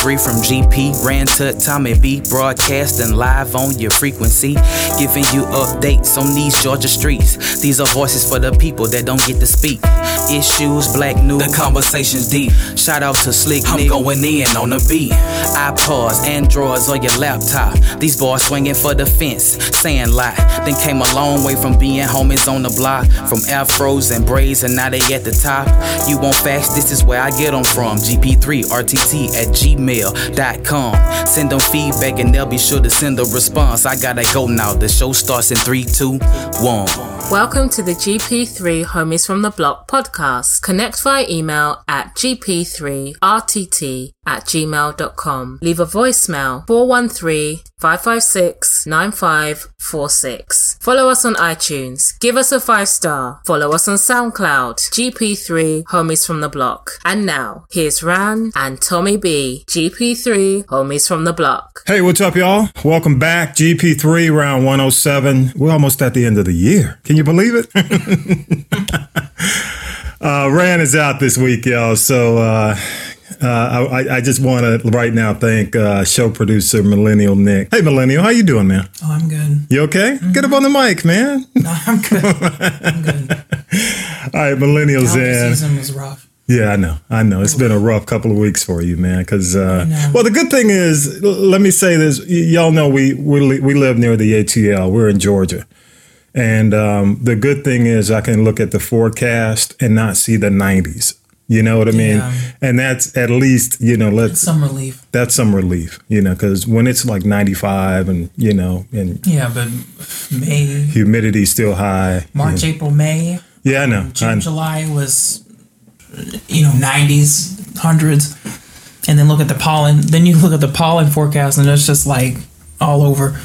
free from GP. Ran to Tommy B, broadcasting live on your frequency. Giving you updates on these Georgia streets. These are voices for the people that don't get to speak. Issues, black news, the conversation's deep. Shout out to Slick I'm going in on the beat. iPods, Androids, or your laptop. These boys swinging for the fence, saying lot. Then came a long way from being homies on the block. From afros and braids, and now they at the top. You want facts? This is where I get them from. GP3RTT at gmail.com. Send them feedback, and they'll be sure to send a response. I gotta go now. The show starts in three, two, one. Welcome to the GP3 Homies from the Block podcast. Connect via email at gp3rtt at gmail.com. Leave a voicemail 413-556-9546. Follow us on iTunes. Give us a five star. Follow us on SoundCloud. GP3 Homies from the Block. And now, here's Ran and Tommy B. GP3 Homies from the Block. Hey, what's up, y'all? Welcome back. GP3 round 107. We're almost at the end of the year. Can you believe it? uh, Ran is out this week, y'all. So, uh, uh, I, I just want to right now thank uh, show producer Millennial Nick. Hey, Millennial, how you doing, man? Oh, I'm good. You okay? Get up on the mic, man. No, I'm good. I'm good. All right, Millennial's Allergy in. season was rough. Yeah, I know. I know. It's been a rough couple of weeks for you, man. Because uh, know. well, the good thing is, l- let me say this. Y- y'all know we we li- we live near the ATL. We're in Georgia, and um, the good thing is I can look at the forecast and not see the 90s. You know what I mean? Yeah. And that's at least you know let's Some relief. that's some relief. You know, because when it's like 95 and you know and Yeah, but May, humidity's still high. March, April, May, Yeah, I know. June, I- July was, you know, 90s, hundreds. And then look at the pollen. Then you look at the pollen forecast, and it's just like all over.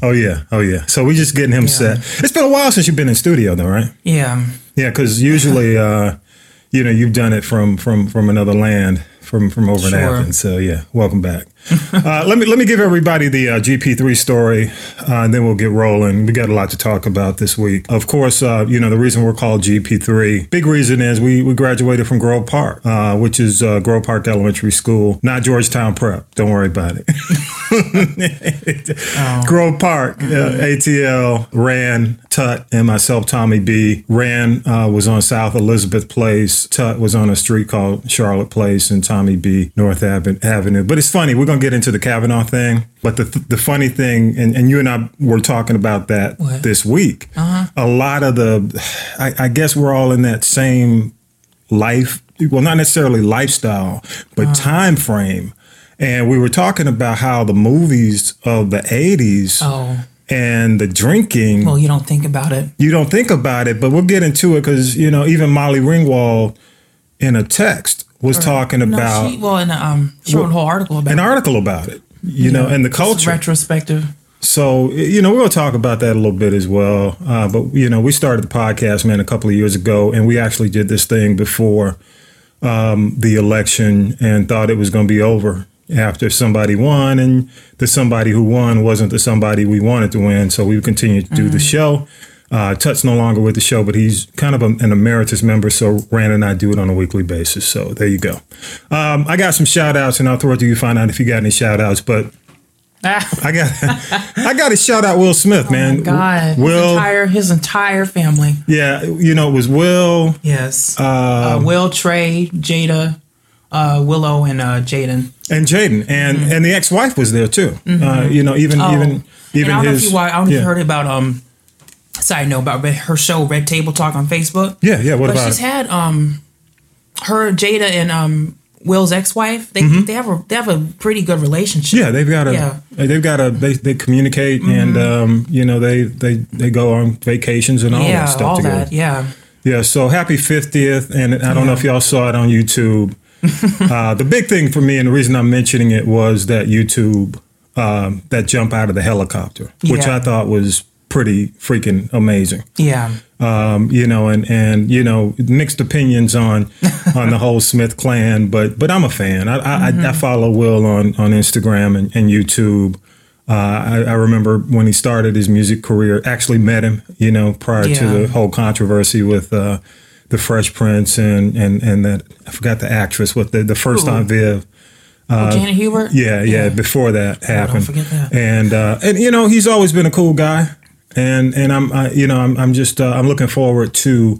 oh yeah, oh yeah. So we just getting him set. It's been a while since you've been in studio, though, right? Yeah. Yeah, because usually, uh, you know, you've done it from from from another land, from from over in Sure. Athens. So yeah, welcome back. uh, let me let me give everybody the uh, GP three story, uh, and then we'll get rolling. We got a lot to talk about this week. Of course, uh, you know the reason we're called GP three. Big reason is we we graduated from Grove Park, uh, which is uh, Grove Park Elementary School, not Georgetown Prep. Don't worry about it. Grove Park, uh, ATL, Ran, Tut, and myself, Tommy B. Ran uh, was on South Elizabeth Place. Tut was on a street called Charlotte Place, and Tommy B. North Ave- Avenue. But it's funny, we're going to get into the Kavanaugh thing. But the, the funny thing, and, and you and I were talking about that What? this week, a lot of the, I, I guess we're all in that same life well not necessarily lifestyle Uh-huh. but time frame and we were talking about how the movies of the 80s Oh, and the drinking well, you don't think about it. you don't think about it but we'll get into it because you know even molly ringwald in a text was talking No, about she, well, and um, she wrote a whole article about an it. article about it you know and the It's culture retrospective. so you know we'll talk about that a little bit as well uh, but you know we started the podcast man a couple of years ago and we actually did this thing before um, the election and thought it was going to be over after somebody won and the somebody who won wasn't the somebody we wanted to win so we continued to do the show uh, tut's no longer with the show but he's kind of a, an emeritus member so rand and i do it on a weekly basis so there you go um, i got some shout outs and i'll throw it to you to find out if you got any shout outs but Ah, I got I got to shout out Will Smith, man. Oh God, his Will, entire his entire family. yeah, you know it was Will. Yes. Um, uh, Will, Trey, Jada, uh, Willow, and uh, Jaden. and Jaden, and and the ex-wife was there too. Uh, you know, even Mm-hmm. Oh. even even and I don't his. know if you, wa- I don't know if you yeah. heard about um. Side note about her show Red Table Talk on Facebook. Yeah, yeah. What but about she's it? had um, her Jada and um Will's ex-wife. They they have a they have a pretty good relationship. Mm-hmm. yeah, they've got a Yeah. Mm-hmm. they've got a they, they communicate and um, you know they they they go on vacations and all yeah, that stuff all together. that. Yeah, Yeah, so happy 50th. And I don't know if y'all saw it on YouTube. uh, the big thing for me, and the reason I'm mentioning it, was that YouTube, um, that jump out of the helicopter, which Yeah. I thought was pretty freaking amazing. yeah. Um, you know, and, and, you know, mixed opinions on on the whole Smith clan, but but I'm a fan. I, I, I, I Mm-hmm. follow Will on, on Instagram and, and YouTube. Uh, I, I remember when he started his music career, actually met him, you know, prior to Yeah. the whole controversy with uh, the Fresh Prince and and and that I forgot the actress with the the first Who? Aunt Viv. Oh, Janet Hubert. Uh, Yeah, yeah, before that happened. forget that. And uh, and you know, he's always been a cool guy. And and I'm I, you know, I'm I'm just uh, I'm looking forward to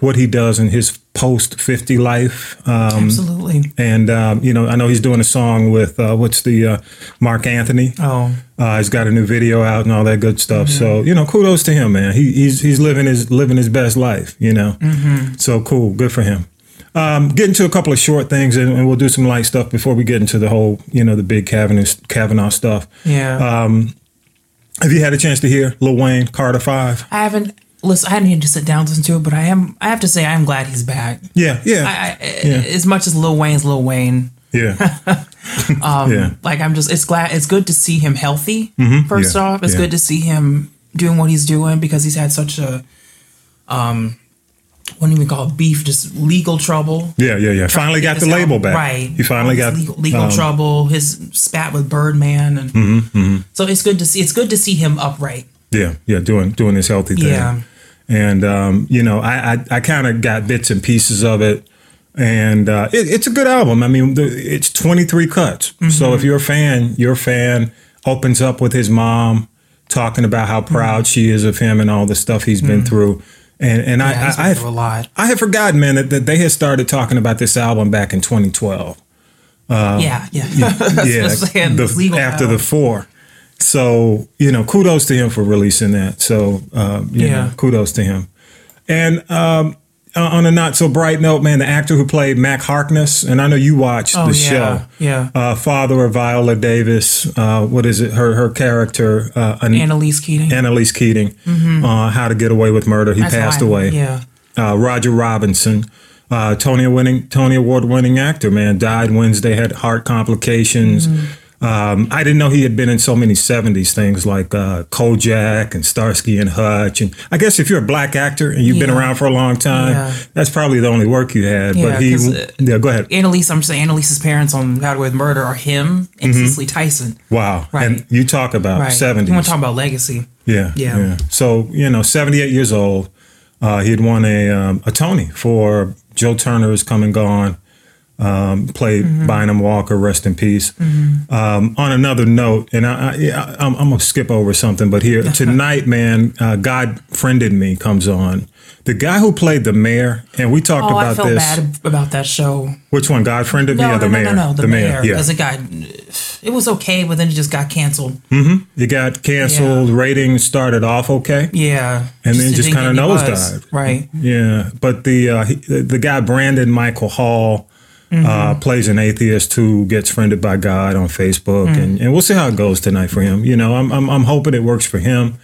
what he does in his post 50 life. Um Absolutely. and um, you know, I know he's doing a song with uh, what's the uh, Mark Anthony. Oh, Mm-hmm. Uh, he's got a new video out and all that good stuff. So you know, kudos to him, man. He, he's he's living his living his best life. You know, Mm-hmm. so cool, good for him. Um, get into a couple of short things, and, and we'll do some light stuff before we get into the whole you know the big Kavanaugh Kavanaugh stuff. yeah. uh, Have you had a chance to hear Lil Wayne Carter Five? I haven't. Listen, I didn't even sit down to listen to it, but I am. I have to say, I'm glad he's back. Yeah, yeah, I, I, Yeah. As much as Lil Wayne's Lil Wayne, yeah, Um, yeah, like I'm just. It's glad. It's good to see him healthy. First Mm-hmm. Yeah. off, it's Yeah. good to see him doing what he's doing because he's had such a, um, what do you even call it? Beef, just legal trouble. yeah, yeah, yeah. Finally got the His label album- back. Right. You finally His got legal, legal um, Mm-hmm, trouble. His spat with Birdman, and so it's good to see. It's good to see him upright. Yeah, yeah, doing doing this healthy thing. Yeah. And um, you know, I I, I kind of got bits and pieces of it, and uh, it, it's a good album. I mean, the, it's twenty three cuts. So Mm-hmm. if you're a fan, your fan opens up with his mom talking about how Mm-hmm. proud she is of him and all the stuff he's been through. And and Mm. Yeah, he's been I I, I through a lot. I had forgotten, man, that, that they had started talking about this album back in 2012 yeah, yeah, yeah. um, yeah, the- after the four. So you know, kudos to him for releasing that. So um, yeah, Yeah. kudos to him. And um, uh, on a not so bright note, man, the actor who played Mac Harkness, and I know you watched oh, the yeah, show, Yeah, uh, father of Viola Davis. Uh, what is it? Her her character, uh, An- Annalise Keating. Mm-hmm. Annalise Keating, uh, How to Get Away with Murder. He That's passed why- away Yeah, uh, Roger Robinson, uh, Tony winning Tony Award winning actor, man, died Wednesday, had heart complications. Mm-hmm. Um, I didn't know he had been in so many '70s things like uh, Kojak and Starsky and Hutch, and I guess if you're a black actor and you've been Yeah. around for a long time, Yeah. that's probably the only work you had. Yeah, but he, 'cause, uh, yeah, go ahead. Annalise. I'm just saying, Annalise's parents on How to Get Away with Murder are him and Mm-hmm. Cicely Tyson. Wow, right. and you talk about Right. '70s. You want to talk about legacy? Yeah, Yeah. So you know, seventy-eight years old, uh, he had won a um, a Tony for Joe Turner's "Come and Gone," um, played Mm-hmm. Bynum Walker, rest in peace. Um, on another note, and I, I, yeah, I'm, I'm gonna skip over something, but here tonight, man, uh, God friended me comes on. The guy who played the mayor, and we talked Oh, I about felt this. bad about that show. Which one? God friended me No, or the no, mayor? no, no, no, the, mayor. Yeah. Because it got, it was okay, but then it just got canceled. It got canceled. Ratings started off okay. Yeah, And then it just didn't kinda get any buzz. nosedived. right? Yeah, but the uh, he, the guy Brandon Michael Hall uh, Mm-hmm. plays an atheist who gets friended by God on Facebook, Mm. and, and we'll see how it goes tonight for him. You know, I'm I'm, I'm hoping it works for him,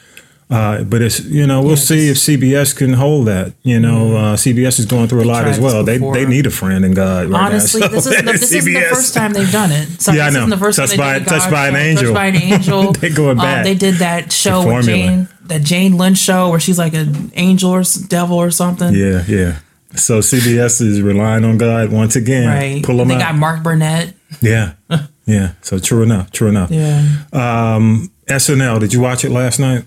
uh, but it's you know we'll see if CBS can hold that. You know, uh, CBS is going through a lot Mm. tried as this well. They before. they need a friend in God. Right Honestly, now. this, So is, the- this isn't the CBS first time they've done it. So Yeah, I this know. isn't the first Touched time by- they did the touched God by an show. angel. Touched by an angel. Um, They're going back. they did that show The with formula. Jane, that Jane Lynch show where she's like an angel or s- devil or something. yeah, yeah. So CBS is relying on God once again. Right. Pull them they out. got Mark Burnett. yeah, yeah. So true enough. True enough. Yeah. Um, SNL. Did you watch it last night?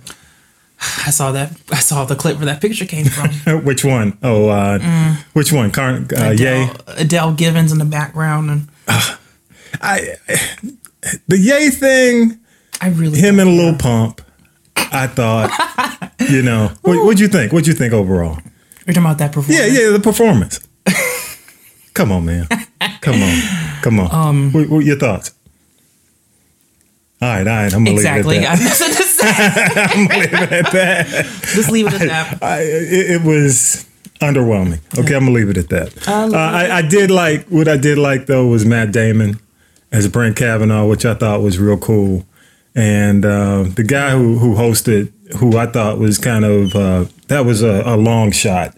I saw that. I saw the clip where that picture came from. which one? Oh, uh, Mm. which one? Car- uh, Yay. Adele, Adele Givens in the background. And I, the Yay thing, I really. him and Lil Pump, I thought, you know, what, what'd you think? What'd you think overall? You're talking about that performance. Yeah, yeah, the performance. Come on, man. Come on. Come on. Um, what, what your thoughts? All right, all right. I'm going to Exactly. leave it I at that. that's what this Just leave it at that. I, it, it was underwhelming. Okay, I'm gonna leave it at that. Uh, I, I did like what I did like though was Matt Damon as Brent Kavanaugh, which I thought was real cool, and uh, the guy who who hosted, who I thought was kind of uh, that was a, a long shot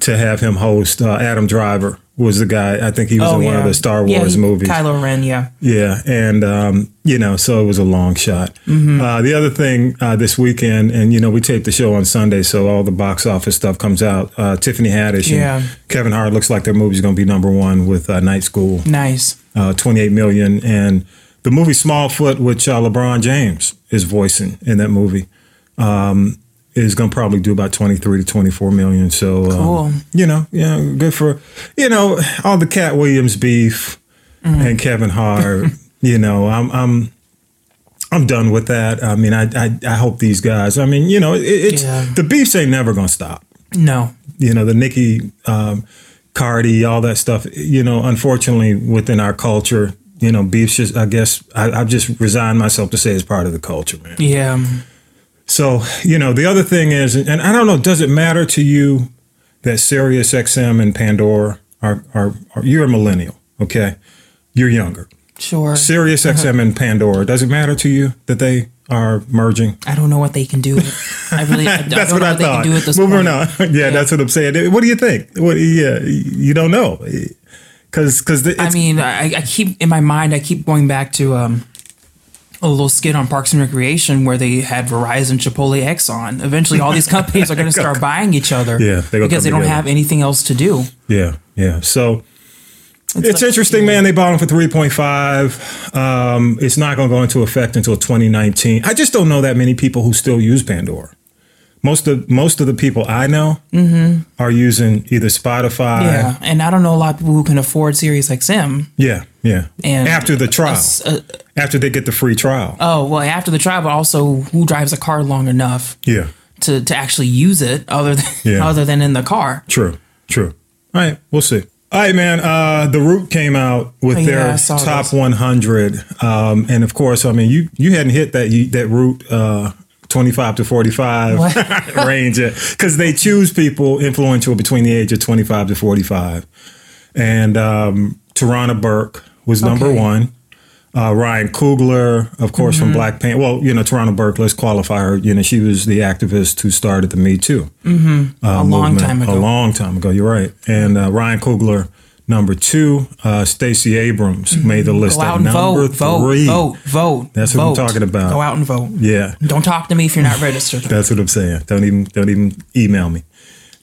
to have him host. Uh, Adam Driver was the guy. I think he was in one of the Star Oh, Yeah, Wars he- movies. Kylo Ren, yeah. Yeah, and um, you know, so it was a long shot. Uh, the other thing uh, this weekend, and you know, we taped the show on Sunday, so all the box office stuff comes out. Uh, Tiffany Haddish Yeah. and Kevin Hart looks like their movie's going to be number one with uh, Night School, Nice. uh, twenty eight million, and the movie Smallfoot, which uh, LeBron James is voicing in that movie. Um, is going to probably do about 23 to 24 million. So, um, Cool. you know, yeah, good for, you know, all the Cat Williams beef Mm-hmm. and Kevin Hart. you know, I'm I'm I'm done with that. I mean, I I, I hope these guys. I mean, you know, it, it's Yeah. the beefs ain't never gonna stop. No. You know, the Nicki, um, Cardi, all that stuff. You know, unfortunately, within our culture, you know, beefs. Just I guess I, I've just resigned myself to say it's part of the culture, man. Yeah. um, So, you know, the other thing is, and I don't know, does it matter to you that Sirius XM and Pandora are, are, are you're a millennial, okay? You're younger. Sure. Sirius XM and Pandora, does it matter to you that they are merging? I don't know what they can do. with- I really. I don't That's know what I what they thought. can do at this Moving point. on. yeah, that's what I'm saying. What do you think? What, yeah, you don't know. Because cause the- I it's- mean, I, I keep in my mind. I keep going back to um, a little skit on Parks and Recreation where they had Verizon, Chipotle, Exxon. Eventually, all these companies are going to start buying each other. Yeah, they gonna because they come don't together. have anything else to do. yeah, yeah. So, It's, like- interesting, man. They bought him for 3.5. Um, it's not going to go into effect until 2019. I just don't know that many people who still use Pandora. Most of most of the people I know are using either Spotify. Mm-hmm. Yeah, and I don't know a lot of people who can afford Sirius XM. yeah, yeah. And after the trial, Uh, after they get the free trial. oh well, after the trial, but also who drives a car long enough yeah, to to actually use it other than Yeah. other than in the car. true, true. All right, we'll see. All right, man. Uh, the Root came out with Oh, yeah, their I saw top this. 100, um, and of course, I mean, you you hadn't hit that you, that Root uh, 25 to 45. What? range because they choose people influential between the age of 25 to 45 and um Tarana Burke was number Okay. Mm-hmm. one uh Ryan Coogler of course from Black Panther well you know Tarana Burke let's qualify her you know she was the activist who started the Me Too Mm-hmm. uh, a long movement time ago. a long time ago you're right and uh, Ryan Coogler number two uh Stacey Abrams made the list Mm-hmm. at Go out and number vote, vote, three vote, vote. That's what I'm vote. talking about. Go out and vote. yeah Don't talk to me if you're not registered. That's what I'm saying. Don't even don't even email me.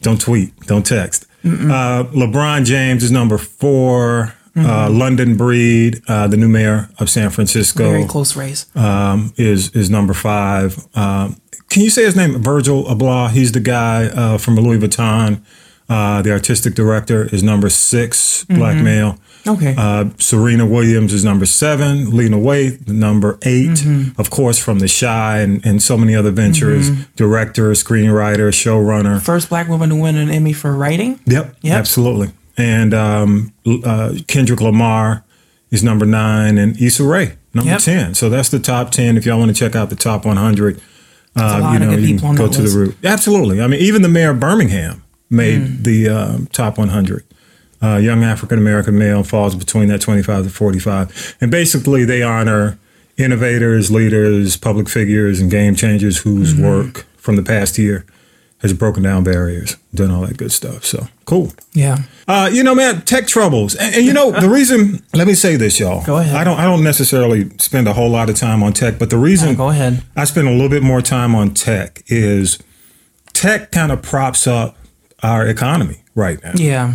Don't tweet. Don't text. Uh, LeBron James is number 4 Uh, London Breed, uh, the new mayor of San Very Francisco, close race. um, is is number five. Um, can you say his name? Virgil Abloh. He's the guy uh, from Louis Vuitton. Uh, the artistic director is number 6 black male. Okay. Uh, Serena Williams is number seven. Lena Waithe, number 8 Mm-hmm. Of course, from The Shy and, and so many other ventures. Director, screenwriter, showrunner. First black woman to win an Emmy for writing. Yep, Yep. absolutely. And um, L- uh, Kendrick Lamar is number nine, and Issa Rae number Yep. ten. So that's the top ten. If y'all want to check out the top one hundred, a uh, lot you of know good you people can on go that to the list. root. Absolutely. I mean, even the mayor of Birmingham made Mm. the um, top one hundred. Uh, young African American male falls between that twenty-five to forty-five, and basically they honor innovators, leaders, public figures, and game changers whose Mm-hmm. work from the past year has broken down barriers, done all that good stuff. So cool. Yeah. Uh, you know, man, tech troubles, and, and you know the reason. Let me say this, y'all. Go ahead. I don't. I don't necessarily spend a whole lot of time on tech, but the reason Yeah, go ahead. I spend a little bit more time on tech is tech kind of props up our economy right now. Yeah.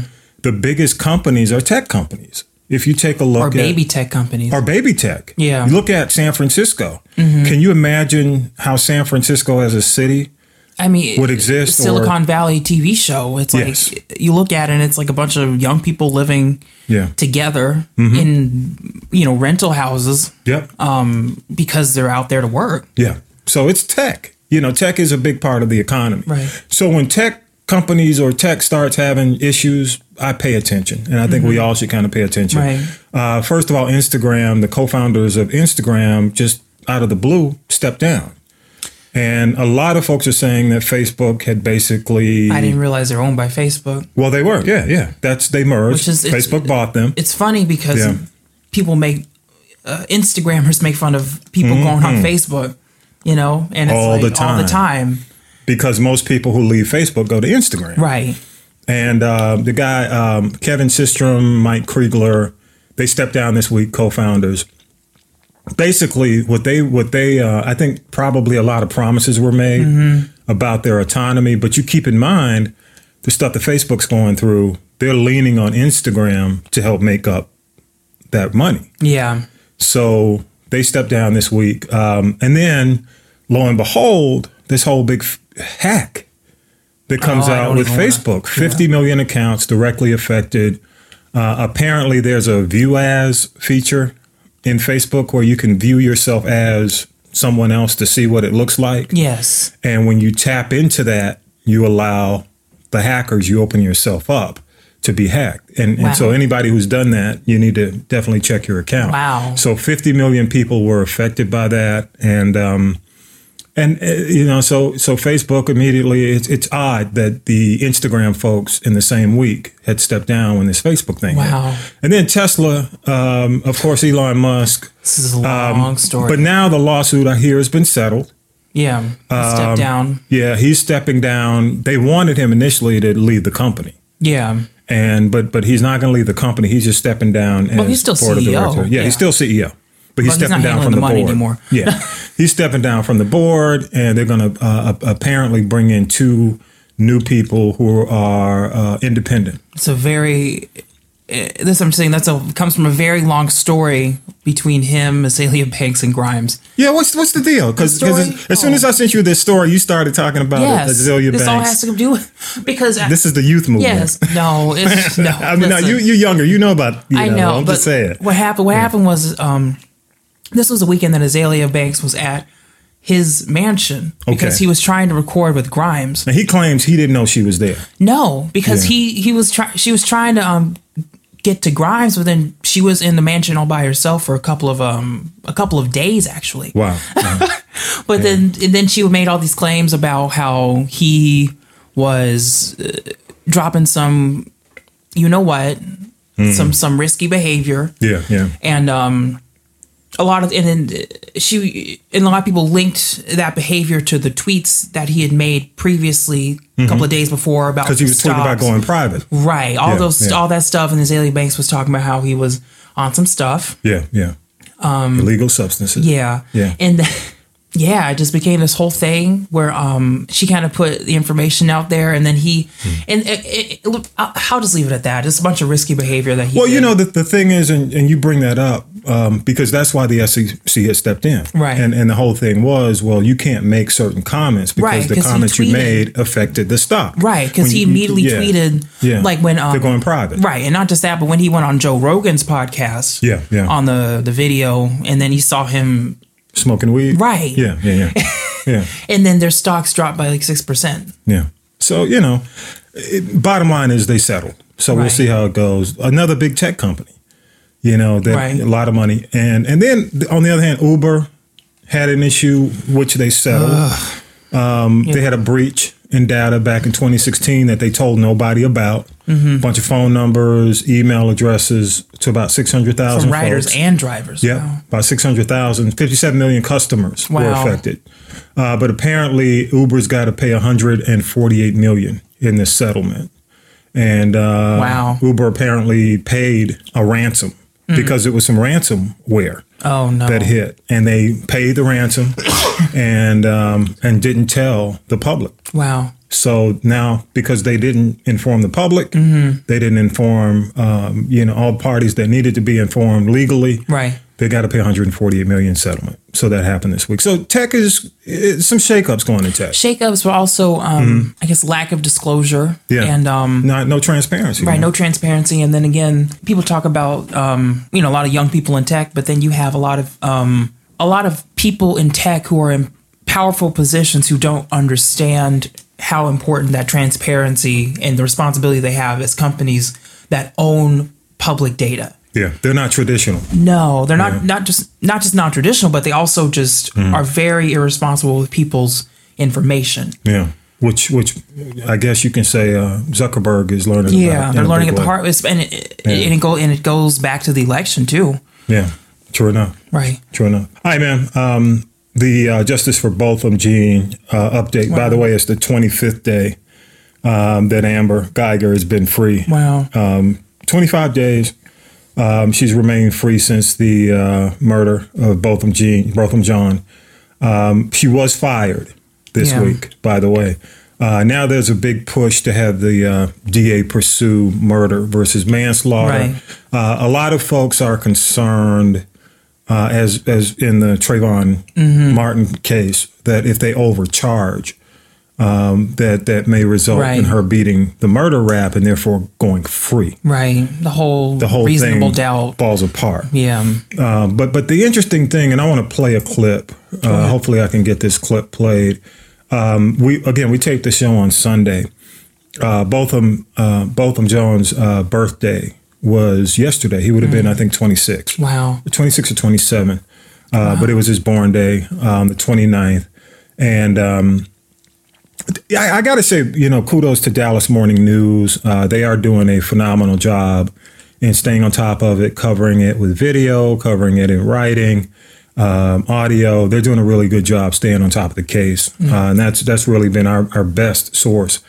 The biggest companies are tech companies. If you take a look Or at baby tech companies. or baby tech. Yeah. Mm-hmm. You look at San Francisco. Can you imagine how San Francisco as a city? I mean, would exist Silicon Valley TV show. It's like Yes. you look at it and it's like a bunch of young people living Yeah. together Mm-hmm. in you know rental houses Yep. because they're out there to work. Yeah. So it's tech. You know, tech is a big part of the economy. Right. So when tech companies or tech starts having issues, I pay attention. And I think we all should kind of pay attention. Mm-hmm. Right. Uh, first of all, Instagram, the co founders of Instagram just out of the blue stepped down. And a lot of folks are saying that Facebook had basically. I didn't realize they're owned by Facebook. well, they were. Yeah, yeah. That's they merged. Which is- it's- Facebook bought them. It's funny because Yeah. people make uh, Instagrammers make fun of people going on Facebook, you know, and Mm-hmm. it's All like the all the time. time, because most people who leave Facebook go to Instagram. right? and uh, the guy um, Kevin Systrom, Mike Kriegler, they stepped down this week, co-founders. Basically, what they what they uh, I think probably a lot of promises were made about their autonomy, but you keep in mind the stuff that Facebook's going through. They're leaning on Instagram to help make up that money. Yeah, So they stepped down this week. Um, and then, lo and behold, this whole big f- hack that comes Oh, I out don't with even wanna- Facebook 50 million accounts directly affected. Uh, apparently, there's a view as feature in Facebook where you can view yourself as someone else to see what it looks like. Yes. And when you tap into that, you allow the hackers, you open yourself up to be hacked. And, Wow. and so anybody who's done that, you need to definitely check your account. Wow. So 50 million people were affected by that. And, um, and uh, you know, so so Facebook immediately. It's it's odd that the Instagram folks in the same week had stepped down when this Facebook thing. hit. Wow. And then Tesla, um, of course, Elon Musk. This is a long story. Um, But now the lawsuit I hear has been settled. yeah. um, Step down. Yeah, he's stepping down. They wanted him initially to lead the company, Yeah. and but but he's not going to lead the company. He's just stepping down. Well, he's still CEO, Yeah, yeah. he's still CEO, but he's But he's stepping not down handling from the the, money board anymore. Yeah, he's stepping down from the board, and they're going to uh, a- apparently bring in two new people who are uh, independent. It's a very. eh, This I'm saying that's a comes from a very long story between him, Azalea Banks, and Grimes. Yeah, what's what's the deal? Because The story- oh. as, as soon as I sent you this story, you started talking about yes, Azalea this Banks. all has to do with because I- this is the youth movement. yes, no, it's no. I mean, now listen. you you're younger. You know about. You I know, I'm but just saying. what happened? What happened was um, this was the weekend that Azalea Banks was at his mansion because Okay. he was trying to record with Grimes. Now, he claims he didn't know she was there. No, because Yeah. he he was trying. She was trying to um get to Grimes, but then she was in the mansion all by herself for a couple of um a couple of days actually. Wow. But then and then she made all these claims about how he was uh, dropping some, you know what, Hmm. some some risky behavior. yeah, yeah. and um, a lot of and then she and a lot of people linked that behavior to the tweets that he had made previously a couple of days before about Because Mm-hmm. he was tweeting about stocks. going private. right all Yeah, those yeah. all that stuff and Azalea Banks was talking about how he was on some stuff Yeah, yeah. Illegal substances. Um, yeah Yeah. and yeah it just became this whole thing where um she kind of put the information out there and then he Hmm. and it, it, it, look, I- I'll just leave it at that it's a bunch of risky behavior that he Well, you did. know, the, the thing is, and, and you bring that up um, because that's why the SEC had stepped in. Right. And, and the whole thing was, well, you can't make certain comments because Right, the 'cause he comments tweeted. you made affected the stock. Right, because When he you- you- immediately yeah, tweeted, Yeah. like when um, They're going private. right, and not just that, but when he went on Joe Rogan's podcast, Yeah, yeah. on the the video, and then he saw him, Smoking weed. Right. Yeah, yeah, yeah. yeah. and then their stocks dropped by like six percent. Yeah. So, you know, it, bottom line is they settled. So we'll Right. see how it goes. Another big tech company, you know, that Right. a lot of money. And and then th- on the other hand, Uber had an issue which they settled. Um, They had a breach in data back in 2016 that they told nobody about. Mm-hmm. bunch of phone numbers, email addresses to about 600,000 From riders folks. and drivers. Yeah, Wow. about 600,000, 57 million customers were Wow. affected. Uh, but apparently, Uber's got to pay 148 million in this settlement. And uh, Wow. Hmm. Uber apparently paid a ransom because it was some ransomware Oh no. that hit, and they paid the ransom and um, and didn't tell the public. Wow. So now, because they didn't inform the public, Mm-hmm. they didn't inform um, you know all parties that needed to be informed legally Right. they got to pay 148 million settlement. So that happened this week. So tech is eh, some shakeups going in tech. Shakeups were also, um, I guess, lack of disclosure. Hmm. Yeah, And um, not no transparency. Right, no transparency, and then again, people talk about um, you know a lot of young people in tech, but then you have a lot of um, a lot of people in tech who are in powerful positions who don't understand how important that transparency and the responsibility they have as companies that own public data. Yeah, they're not traditional. No, they're not not just not just non traditional, but they also just Hmm. are very irresponsible with people's information. Yeah, which which I guess you can say uh, Zuckerberg is learning. about Yeah, in they're a learning big at the way. heart, and it, and it go and it goes back to the election too. Yeah, true enough. Right. True enough. All right, man. Um, the uh, Justice for Botham Jean uh, update. By the way, it's the 25th day um, that Amber Geiger has been free. Wow. 25 days. Um, she's remained free since the uh, murder of Botham Jean, Botham John. Um, she was fired this Yeah. week, by the way. Uh, now there's a big push to have the uh, DA pursue murder versus manslaughter. Right. Uh, a lot of folks are concerned, uh, Mm-hmm. as as in the Trayvon Martin case, that if they overcharge, um, that that may result Right. in her beating the murder rap and therefore going free. Right. The whole, The whole reasonable thing doubt. falls apart. Yeah. Um, but but the interesting thing, and I want to play a clip. Uh, hopefully, I can get this clip played. Um, we again we taped the show on Sunday. Uh, Botham uh, Botham Jones' uh, birthday was yesterday. He would have Mm. been I think 26, Wow. 26 or 27. Uh, But it was his born day, um, the 29th. And um, I, I got to say, you know, kudos to Dallas Morning News. Uh, they are doing a phenomenal job in staying on top of it, covering it with video, covering it in writing, um, audio. They're doing a really good job staying on top of the case, uh, and that's that's really been our, our best source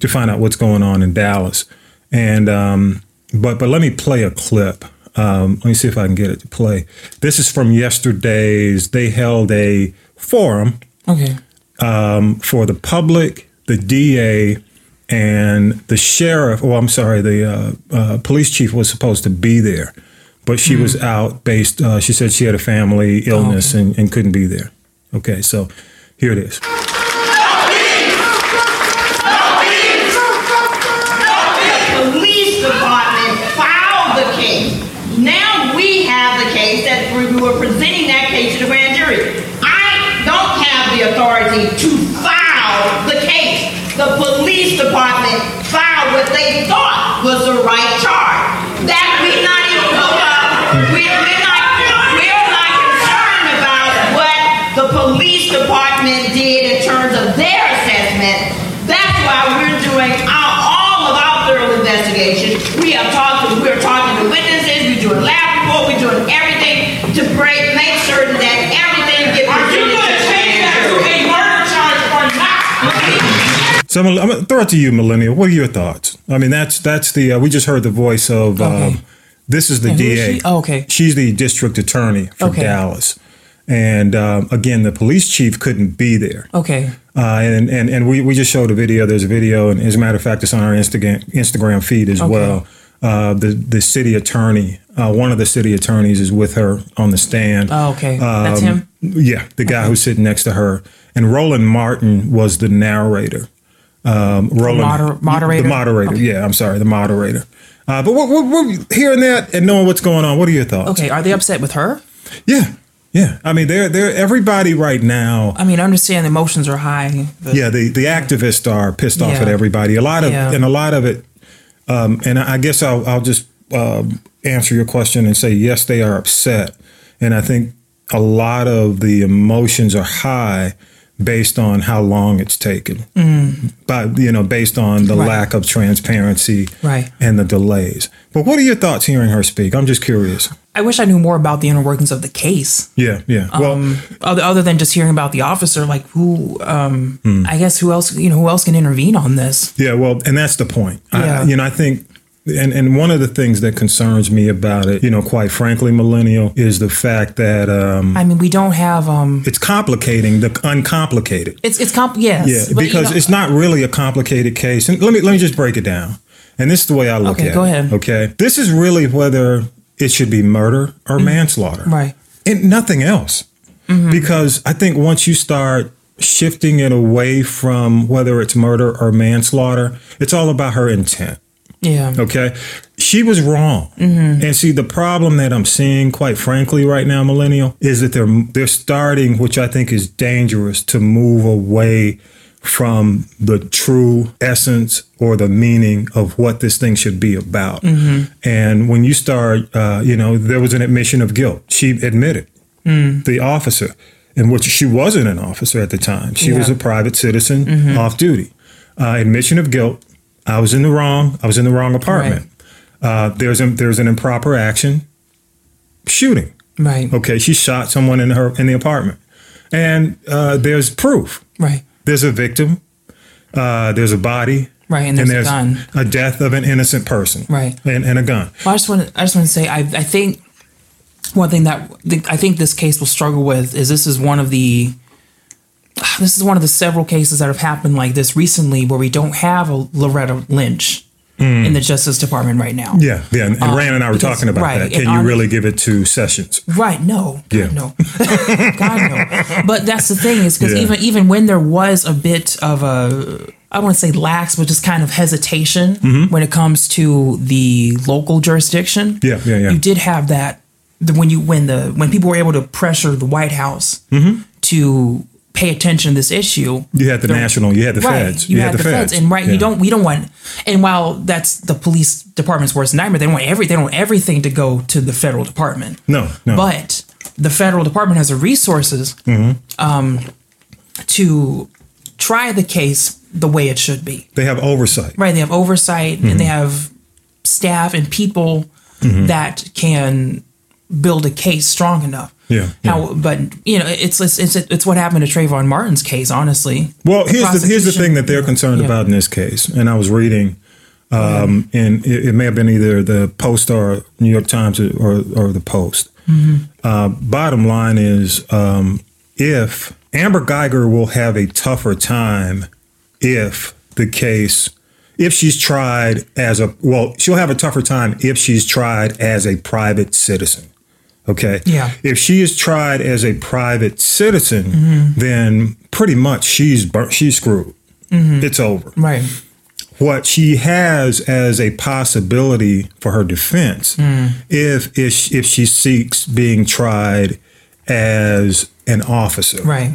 to find out what's going on in Dallas. And um, but but let me play a clip. Um, let me see if I can get it to play. This is from yesterday's. They held a forum Okay. for the public, the DA, and the sheriff. Oh, I'm sorry, the uh, uh, police chief was supposed to be there, but she was Hmm. out based. Uh, she said she had a Oh, family illness and, and couldn't be there. Okay, so here it is. The police department filed the case. Now we have the case that we were presenting that case to the grand jury. I don't have the authority to file the case. The police department filed what they thought was the right charge. That we not even look up. We, we're not, we're not concerned about what the police department did in terms of their assessment. That's why we're doing our, all of our thorough investigation. We are talking, we're talking to witnesses, we're doing lab report, we're doing everything to break, make certain that everything gets. Are you gonna change that to a murder charge or not? So I'm, I'm gonna throw it to you, Millennial. What are your thoughts? I mean, that's that's the uh, we just heard the voice of. Okay. Um, this is the And who is DA. she? Oh, okay. she's the district attorney for Okay. Dallas, and um, again, the police chief couldn't be there. Okay. Uh, and and, and we, we just showed a video. There's a video, and as a matter of fact, it's on our Instagram Instagram feed as well. Uh, the the city attorney, uh, one of the city attorneys, is with her on the stand. Oh, okay. That's Um, him. Yeah, the guy who's sitting next to her, and Roland Martin was the narrator. Um, Roland, moder- moderator? the moderator. Yeah, I'm sorry, the moderator. Uh, but what, what, what, hearing that and knowing what's going on, what are your thoughts? Okay. Are they upset with her? Yeah, yeah. I mean, they're they're everybody right now. I mean, I understand emotions are high. but- yeah the the activists are pissed off Yeah. at everybody a lot of Yeah. and a lot of it um and i I guess i'll, I'll just um answer your question and say yes they are upset and i think a lot of the emotions are high based on how long it's taken but you know based on the Mm. Right. lack of transparency Right. and the delays but what are your thoughts hearing her speak i'm just curious I wish I knew more about the inner workings of the case. yeah yeah well Um, other, other than just hearing about the officer like who um Hmm. i guess who else you know who else can intervene on this Yeah, well, and that's the point. Yeah. I, you know, I think, and and one of the things that concerns me about it, you know, quite frankly, millennial, is the fact that um, i mean we don't have um it's complicating the uncomplicated. it's it's comp yes Yeah, but, you because know- it's not really a complicated case. And let me let me just break it down. And this is the way I look Okay, at go it. ahead. Okay, this is really whether it should be murder or manslaughter Mm-hmm. right Mm-hmm. and nothing else. Because I think once you start shifting it away from whether it's murder or manslaughter, it's all about her intent. yeah Mm-hmm. Okay. She was wrong. And see, the problem that I'm seeing, quite frankly, right now, millennial, is that they're they're starting, which I think is dangerous, to move away from the true essence or the meaning of what this thing should be about. Mm-hmm. And when you start, uh, you know, there was an admission of guilt. She admitted Mm. the officer, in which she wasn't an officer at the time. She was Yeah. Mm-hmm. a private citizen off duty. Uh, admission of guilt. I was in the wrong. I was in the wrong apartment. Uh, there's a, there's an improper action. Shooting. right Okay, she shot someone in her in the apartment, and uh, there's proof. right There's a victim. Uh, there's a body. right and there's, a gun a death of an innocent person. Right. And, and a gun. Well, I just want to, I just want to say I I think one thing that the, I think this case will struggle with is this is one of the this is one of the several cases that have happened like this recently where we don't have a Loretta Lynch. in the Justice Department right now. Yeah, yeah. And, and Rand and I were Uh, because- talking about right, that. Can and you honest- really give it to Sessions? Right? No. God, Yeah. No. God no. But that's the thing is because Yeah. even even when there was a bit of a I want to say lax, but just kind of hesitation Mm-hmm. when it comes to the local jurisdiction. Yeah, yeah, yeah. You did have that the, when you when the when people were able to pressure the White House to pay attention to this issue. Mm-hmm. You had the national, you had the feds, You, had, the feds, and right, Yeah. you don't. We don't want. And while that's the police department's worst nightmare, they want every. They don't want everything to go to the federal department. No, no. Mm-hmm. But the federal department has the resources um, to try the case the way it should be. They have oversight. Right? They have oversight, and Hmm. they have staff and people Mm-hmm. that can build a case strong enough. Yeah, Now, but you know, it's it's it's, it's what happened to Trayvon Martin's case. Honestly, Well, here's the here's the prosecution. thing that they're concerned Yeah. about in this case, and I was reading, um, and it, it may have been either the Post or New York Times or or, or the Post. Uh, bottom line is, um, if Amber Geiger will have a tougher time if the case. If she's tried as a well, she'll have a tougher time if she's tried as a private citizen. Okay. Yeah. If she is tried as a private citizen, then pretty much she's bur- she's screwed. It's over. right? What she has as a possibility for her defense, if if she, if she seeks being tried as an officer, Right.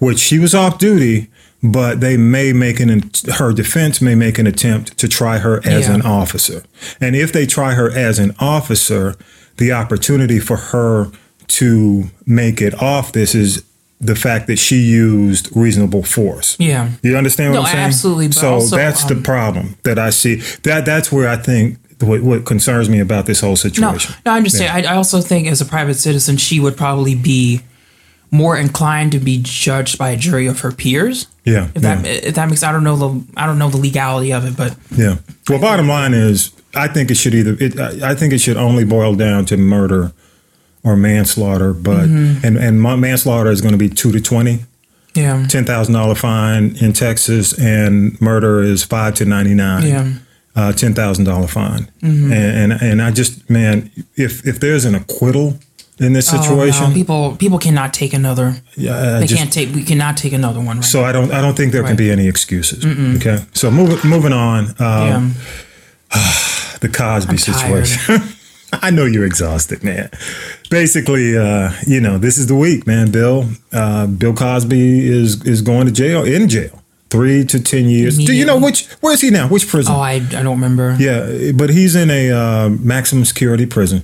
which she was off duty, but they may make an her defense may make an attempt to try her as Yeah. an officer. And if they try her as an officer, the opportunity for her to make it off this is the fact that she used reasonable force. Yeah. You understand what No, I'm saying? absolutely, but so also, that's the um, problem that I see. That that's where I think what, what concerns me about this whole No, situation. no, I understand. I, I also think as a private citizen, she would probably be more inclined to be judged by a jury of her peers. Yeah. If yeah. that if that makes I don't know the I don't know the legality of it, but Yeah. Well, bottom line is, I think it should either. It, I I think it should only boil down to murder or manslaughter. But Mm-hmm. and and my manslaughter is going to be two to twenty. yeah, Ten thousand dollar fine in Texas, and murder is five to ninety nine. Yeah. Mm-hmm. Uh, ten thousand dollar fine, and, and and I just man, if if there's an acquittal in this Oh, no, situation, people people cannot take another. yeah, I They just- can't take. We cannot take another one. Right. So I don't I don't think there can Right. be any excuses. Okay, so move, moving on. Um, now. Yeah. the Cosby tired. situation. I know you're exhausted, man. Basically, uh, you know, this is the week, man. Bill, uh, Bill Cosby is is going to jail in jail, three to ten years. Do you know which? Where is he now? Which prison? oh, I I don't remember. yeah, but he's in a uh, maximum security prison.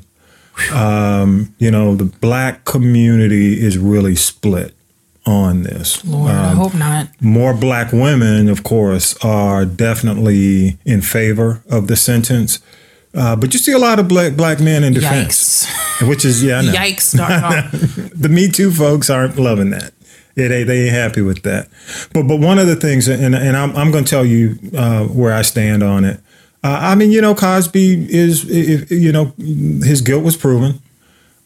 Um, you know, the black community is really split on this. Lord, I hope not. More black women, of course, are definitely in favor of the sentence. Uh, but you see a lot of black black men in defense, Yikes. which is yeah, I know. Yikes. dot com. the Me Too folks aren't loving that. It ain't, they ain't happy with that. But but one of the things, and and I'm I'm going to tell you uh, where I stand on it. Uh, I mean, you know, Cosby is, if, you know, his guilt was proven,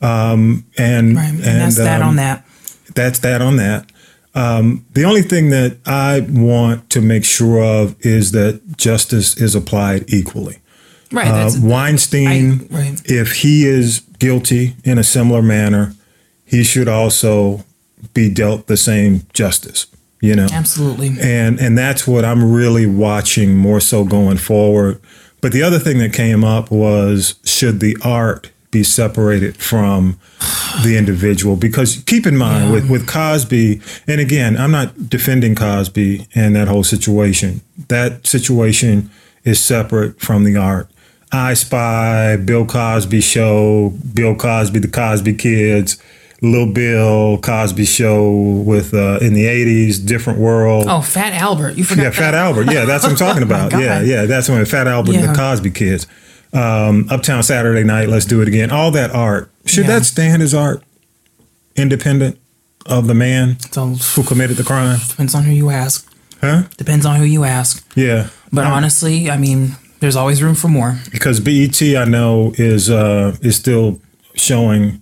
um, and Right. And that's that um, on that. that's that on that. Um, the only thing that I want to make sure of is that justice is applied equally. Right. Uh, That's, Weinstein, I- right. if he is guilty in a similar manner, he should also be dealt the same justice. You know, absolutely. and and that's what I'm really watching more so going forward. But the other thing that came up was should the art be separated from the individual? Because keep in mind with with Cosby, and again, I'm not defending Cosby and that whole situation. That situation is separate from the art. I Spy, Bill Cosby Show, Bill Cosby, the Cosby Kids, Little Bill Cosby Show with uh, in the '80s, Different World. Oh, Fat Albert. You forgot. Yeah, Fat Albert. Yeah, that's what I'm talking about. yeah, God. yeah, that's when Fat Albert and Yeah. the Cosby Kids, um, Uptown Saturday Night, Let's Do It Again. All that art should Yeah. that stand as art, independent of the man So who committed the crime? depends on who you ask. Huh? Depends on who you ask. Yeah. But Um, honestly, I mean, there's always room for more. because BET I know is uh, is still showing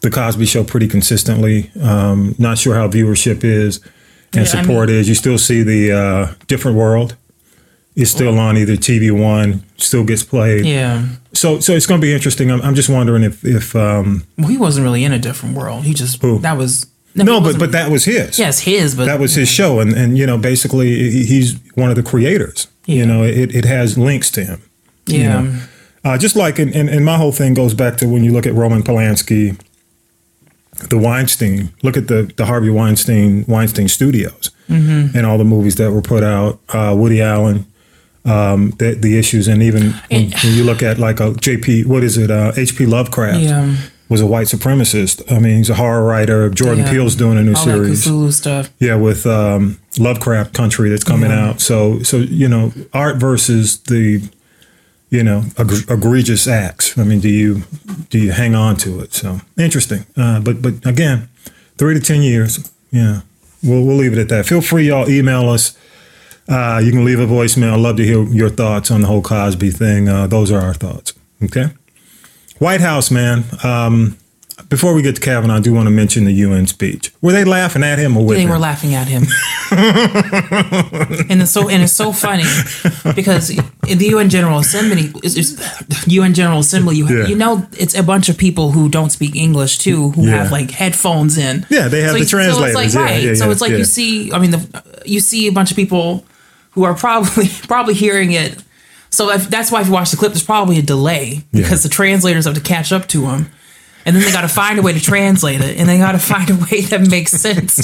the Cosby Show pretty consistently. Um, not sure how viewership is and Yeah, I support is. You still see the uh, different world. is still on either TV One, still gets played. Yeah. So so it's going to be interesting. I'm, I'm just wondering if if um, Well, he wasn't really in a different world. He just Who? that was no, he but wasn't- but that was his. yes, his. But That was his show, and and you know basically he- he's one of the creators. Yeah. You know it, it has links to him. yeah. Uh, just like, and, and, and my whole thing goes back to when you look at Roman Polanski, the Weinstein, look at the, the Harvey Weinstein, Weinstein Studios Mm-hmm. and all the movies that were put out, uh, Woody Allen, um, the, the issues. And even when, when you look at like a JP, what is it? Uh, HP Lovecraft Yeah. was a white supremacist. I mean, he's a horror writer. Jordan Yeah. Peele's doing a new All series. that Cthulhu stuff. Yeah, with um, Lovecraft Country that's coming out. So, so you know, art versus the, you know, egr- egregious acts. I mean, do you do you hang on to it? So interesting. Uh, but but again, three to ten years. Yeah, we'll we'll leave it at that. Feel free, y'all. Email us. Uh, you can leave a voicemail. Love to hear your thoughts on the whole Cosby thing. Uh, those are our thoughts. Okay. White House, man. Um, before we get to Kavanaugh, I do want to mention the UN speech. Were they laughing at him or with They him? were laughing at him, and it's so and it's so funny because in the UN General Assembly, it's, it's, UN General Assembly, you Yeah. you know, it's a bunch of people who don't speak English too, who Yeah. have like headphones in. Yeah, they have the you- So translators. it's Yeah, like right. yeah, so yeah, it's like yeah. you see, I mean, the, you see a bunch of people who are probably probably hearing it. So if, that's why if you watch the clip, there's probably a delay because the translators have to catch up to them. and then they got to find a way to translate it, and they got to find a way that makes sense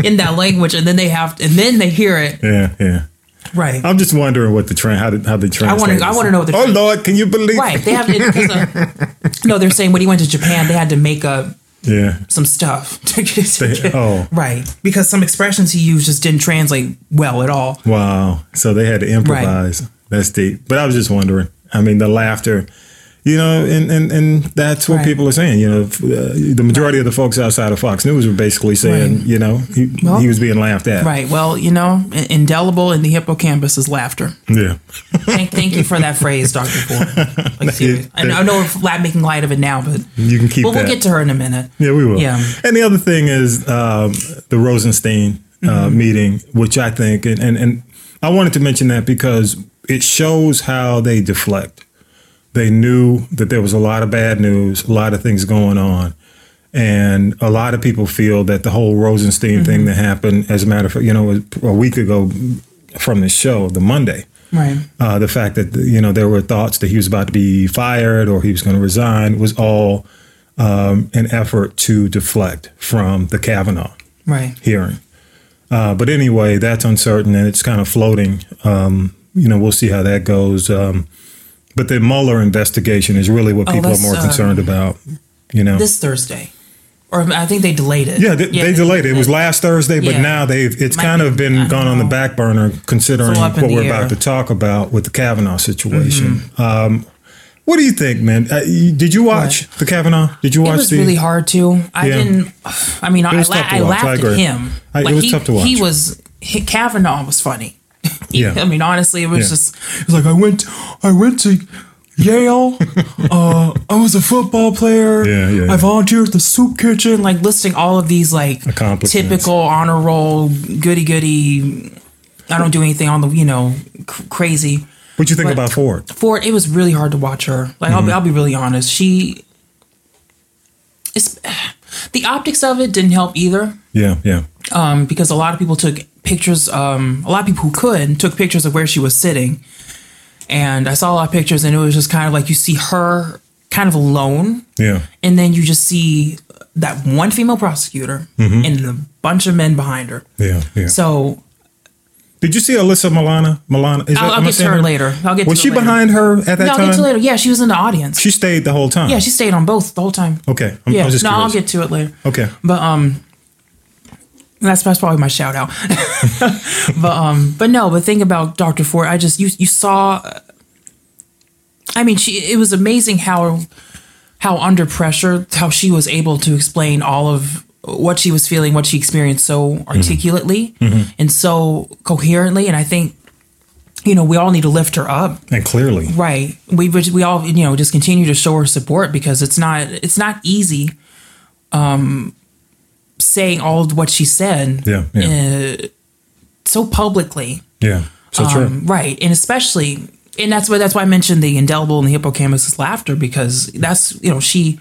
in that language, and then they have, and then they hear it. Yeah, yeah. Right, I'm just wondering what the train how did how they translate. wanna- I wanna know what the Oh trans- Lord, can you believe? right. They have. It, it's a- no, they're saying when he went to Japan, they had to make up Yeah. some stuff to get it. to They- get- oh. right, because some expressions he used just didn't translate well at all. Wow. So they had to improvise. That's deep. But I was just wondering. I mean, the laughter. You know, and and and that's what Right. people are saying. You know, f- uh, the majority of the folks outside of Fox News were basically saying, Right. you know, he, Well- he was being laughed at. Right. Well, you know, in- indelible in the hippocampus is laughter. Yeah. Thank, thank you for that phrase, Doctor Ford. Like, seriously. I know, I know we're la- making light of it now, but You can keep well, that. we'll get to her in a minute. Yeah, we will. Yeah. And the other thing is um, the Rosenstein uh, meeting, which I think, and, and, and I wanted to mention that because it shows how they deflect. They knew that there was a lot of bad news, a lot of things going on. And a lot of people feel that the whole Rosenstein thing that happened, as a matter of fact, you know, a week ago from the show, the Monday, Right. uh, the fact that you know there were thoughts that he was about to be fired or he was going to resign was all um, an effort to deflect from the Kavanaugh Right. hearing. Uh, but anyway, that's uncertain and it's kind of floating. Um, you know, we'll see how that goes. Um, but the Mueller investigation is really what Oh, people are that's, more uh, concerned about. You know, this Thursday, or I think they delayed it. yeah, they, they delayed it. It was last Thursday, but Yeah. now they've it's Might kind of be- I been don't gone on the know. back burner considering It's all up in what the we're air. Mm-hmm. about to talk about with the Kavanaugh situation. Um, what do you think, man? Uh, you- did you watch the Kavanaugh? Did you It watch was the? really hard to. I Yeah. didn't. I mean, I, was la- tough to I watch, laughed I at agree. him. I- it was he, tough to watch. He was he, Kavanaugh was funny. Yeah. I mean, honestly, it was Yeah. just. It was like I went. I went to Yale. uh, I was a football player. Yeah, yeah, yeah. I volunteered at the soup kitchen. Like listing all of these like Accomplishments. typical honor roll goody goody. I don't do anything on the you know c- crazy. what you think but- about Ford? Ford, it was really hard to watch her. Like Mm-hmm. I'll, be, I'll be really honest, she. It's, the optics of it didn't help either, Yeah, yeah, um, because a lot of people took pictures. Um, a lot of people who could took pictures of where she was sitting, and I saw a lot of pictures, and it was just kind of like you see her kind of alone, yeah, and then you just see that one female prosecutor and a bunch of men behind her. yeah, Mm-hmm. yeah. So did you see Alyssa Milana? Milana? Is that- I'll, I'll am I get to saying her her- later. I'll get. Was to she her later. behind her at that No, I'll time? get to later. Yeah, she was in the audience. She stayed the whole time. yeah, she stayed on both the whole time. okay. I'm, Yeah, I'm just no, I'll curious. get to it later. Okay. But um, that's that's probably my shout out. but um, but no, but think about Doctor Ford. I just you you saw. uh, I mean, she it was amazing how how under pressure how she was able to explain all of what she was feeling, what she experienced so articulately and so coherently, and I think. You know, we all need to lift her up, And clearly, right? We we we all you know just continue to show her support because it's not it's not easy, um, saying all of what she said, yeah, yeah, uh, so publicly. yeah. So true. right and especially and that's why that's why i mentioned the indelible and the hippocampus is laughter because that's you know she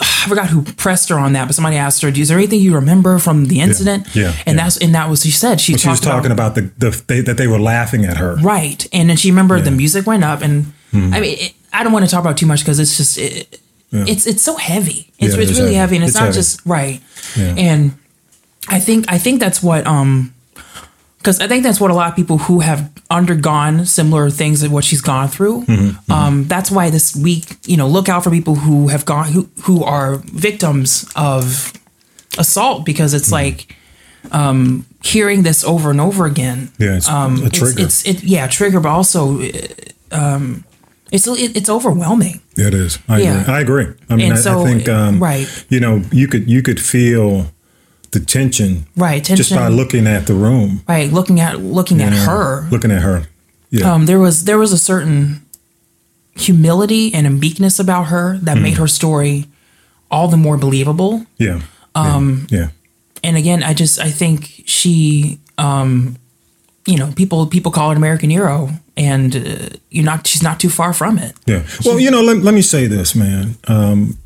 i forgot who pressed her on that but somebody asked her is there anything you remember from the incident yeah, and yeah. that's and that was she said she, She was talking about the, the they, that they were laughing at her. right and then she remembered the Yeah. Hmm. music went up and i mean it, i don't want to talk about it too much because it's just it, it's it's so heavy it's, Yeah, it it's is really heavy. heavy and it's, It's not heavy. just right Yeah. and i think i think that's what um because i think that's what a lot of people who have undergone similar things of what she's gone through Mm-hmm, um that's why this week you know look out for people who have gone who who are victims of assault because it's Mm-hmm. like um hearing this over and over again Yeah, it's a Um, it's- trigger. It's, it, yeah, trigger, but also, uh, um, it's it, it's overwhelming. Yeah, It is. I Yeah. agree. I agree. I mean, And I, so, I think um, right. You know, you could you could feel the tension Right, just by tension. looking at the room, Right, looking at looking at you know, her, looking at her. Yeah, um, there was there was a certain humility and a meekness about her that made Hmm. her story all the more believable. yeah, um, yeah. And again, I just I think she, um, you know, people people call her an American hero, and uh, you're not she's not too far from it. Yeah. Well, you know, let, let me say this, man. Um,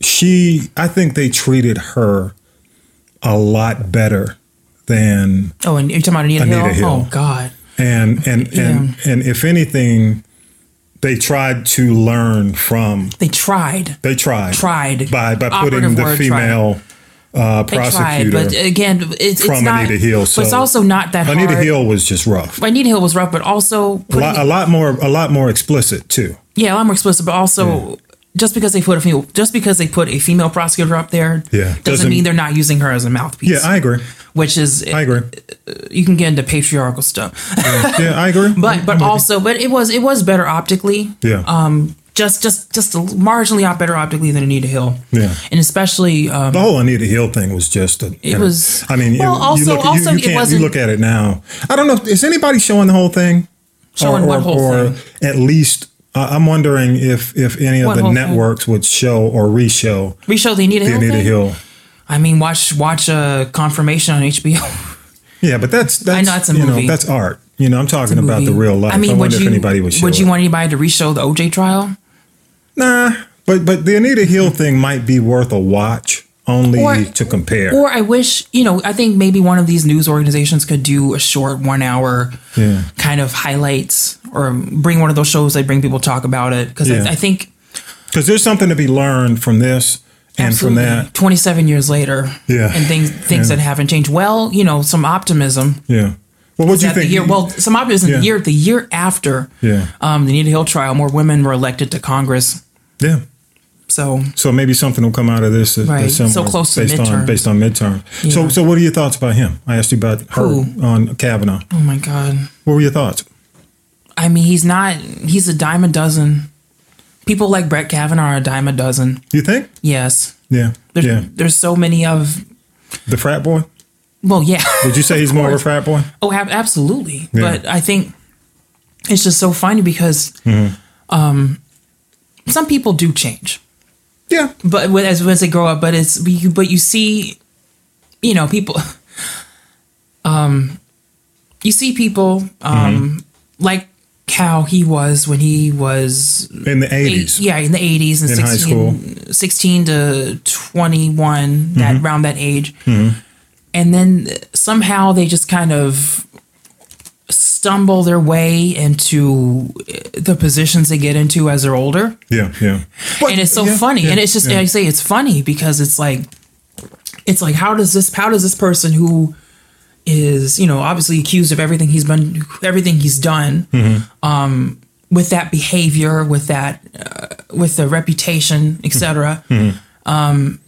she, I think they treated her a lot better than, Oh, and you're talking about Anita, Anita Hill. Hill. Oh God, and and and and if anything, they tried to learn from. they tried. They tried. Tried. by by Operative putting the word, tried. female uh, They prosecutor. tried, but again, it's, it's from not Anita Hill, but it's so- also not that Anita hard. Hill was just rough. But Anita Hill was rough, but also A lot, a lot more, a lot more explicit too. yeah, a lot more explicit. But also, just because they put a female, just because they put a female prosecutor up there, Yeah, doesn't, doesn't- mean they're not using her as a mouthpiece. Yeah, I agree. which is I agree. you can get into patriarchal stuff, Yeah, I agree. but but also, but it was it was better optically. Um, yeah, Just, just, just a marginally op- better optically than Anita Hill, Yeah. and especially um, the whole Anita Hill thing was just. A, It was- I mean, well, you, also- you look, you- also you, it can't, wasn't- You look at it now. I don't know. if- Is anybody showing the whole thing? Showing or, what whole or thing? at least I I'm wondering if if any of What the whole thing? networks would show or re-show reshow the Anita the Hill. Anita thing? Hill. I mean, watch watch uh, confirmation on HBO. Yeah, but that's that's know it's a you movie. know that's art. You know, I'm talking about the movie. real life. I, would wonder if anybody would show. would you it. want anybody to reshow the OJ trial? Nah, but but the Anita Hill thing might be worth a watch only Or- to compare. Or I wish, you know, I think maybe one of these news organizations could do a short one hour Yeah. kind of highlights or bring one of those shows they bring people talk about it. Because Yeah. I, I think Because there's something to be learned from this and absolutely, from that. 27 years later Yeah. and things things Yeah. that haven't changed. Well, you know, some optimism. Yeah. Well, what do you that the think? year, well, some optimism Yeah. the year the year after Yeah. um, the Anita Hill trial, more women were elected to Congress. yeah. So So maybe something will come out of this. that- Right. that's So similar close to based midterm. on based on midterm. Yeah. So so what are your thoughts about him? I asked you about her Who? on Kavanaugh. oh my God. What were your thoughts? I mean, he's not. He's a dime a dozen. People like Brett Kavanaugh are a dime a dozen. You think? Yes, Yeah. there's yeah. there's so many of. The frat boy. Well, yeah. Would you say he's more of a frat boy? oh, ab- absolutely. Yeah. But I think it's just so funny because Mm-hmm. um, some people do change, Yeah. but with- as as they grow up, but it's but you, but you see, you know, people. Um, you see people Mm-hmm. um like how he was when he was In the eight- eighties. yeah, in the 80s and In 16, high 16 to 21, that Mm-hmm. around that age. And then somehow they just kind of stumble their way into the positions they get into as they're older. Yeah. Yeah. But- and it's so yeah, funny. yeah, and it's just yeah. I say it's funny because it's like it's like how does this how does this person who is, you know, obviously accused of everything he's been everything he's done Mm-hmm. um with that behavior, with that uh, with the reputation, Mm-hmm. etc. Um, and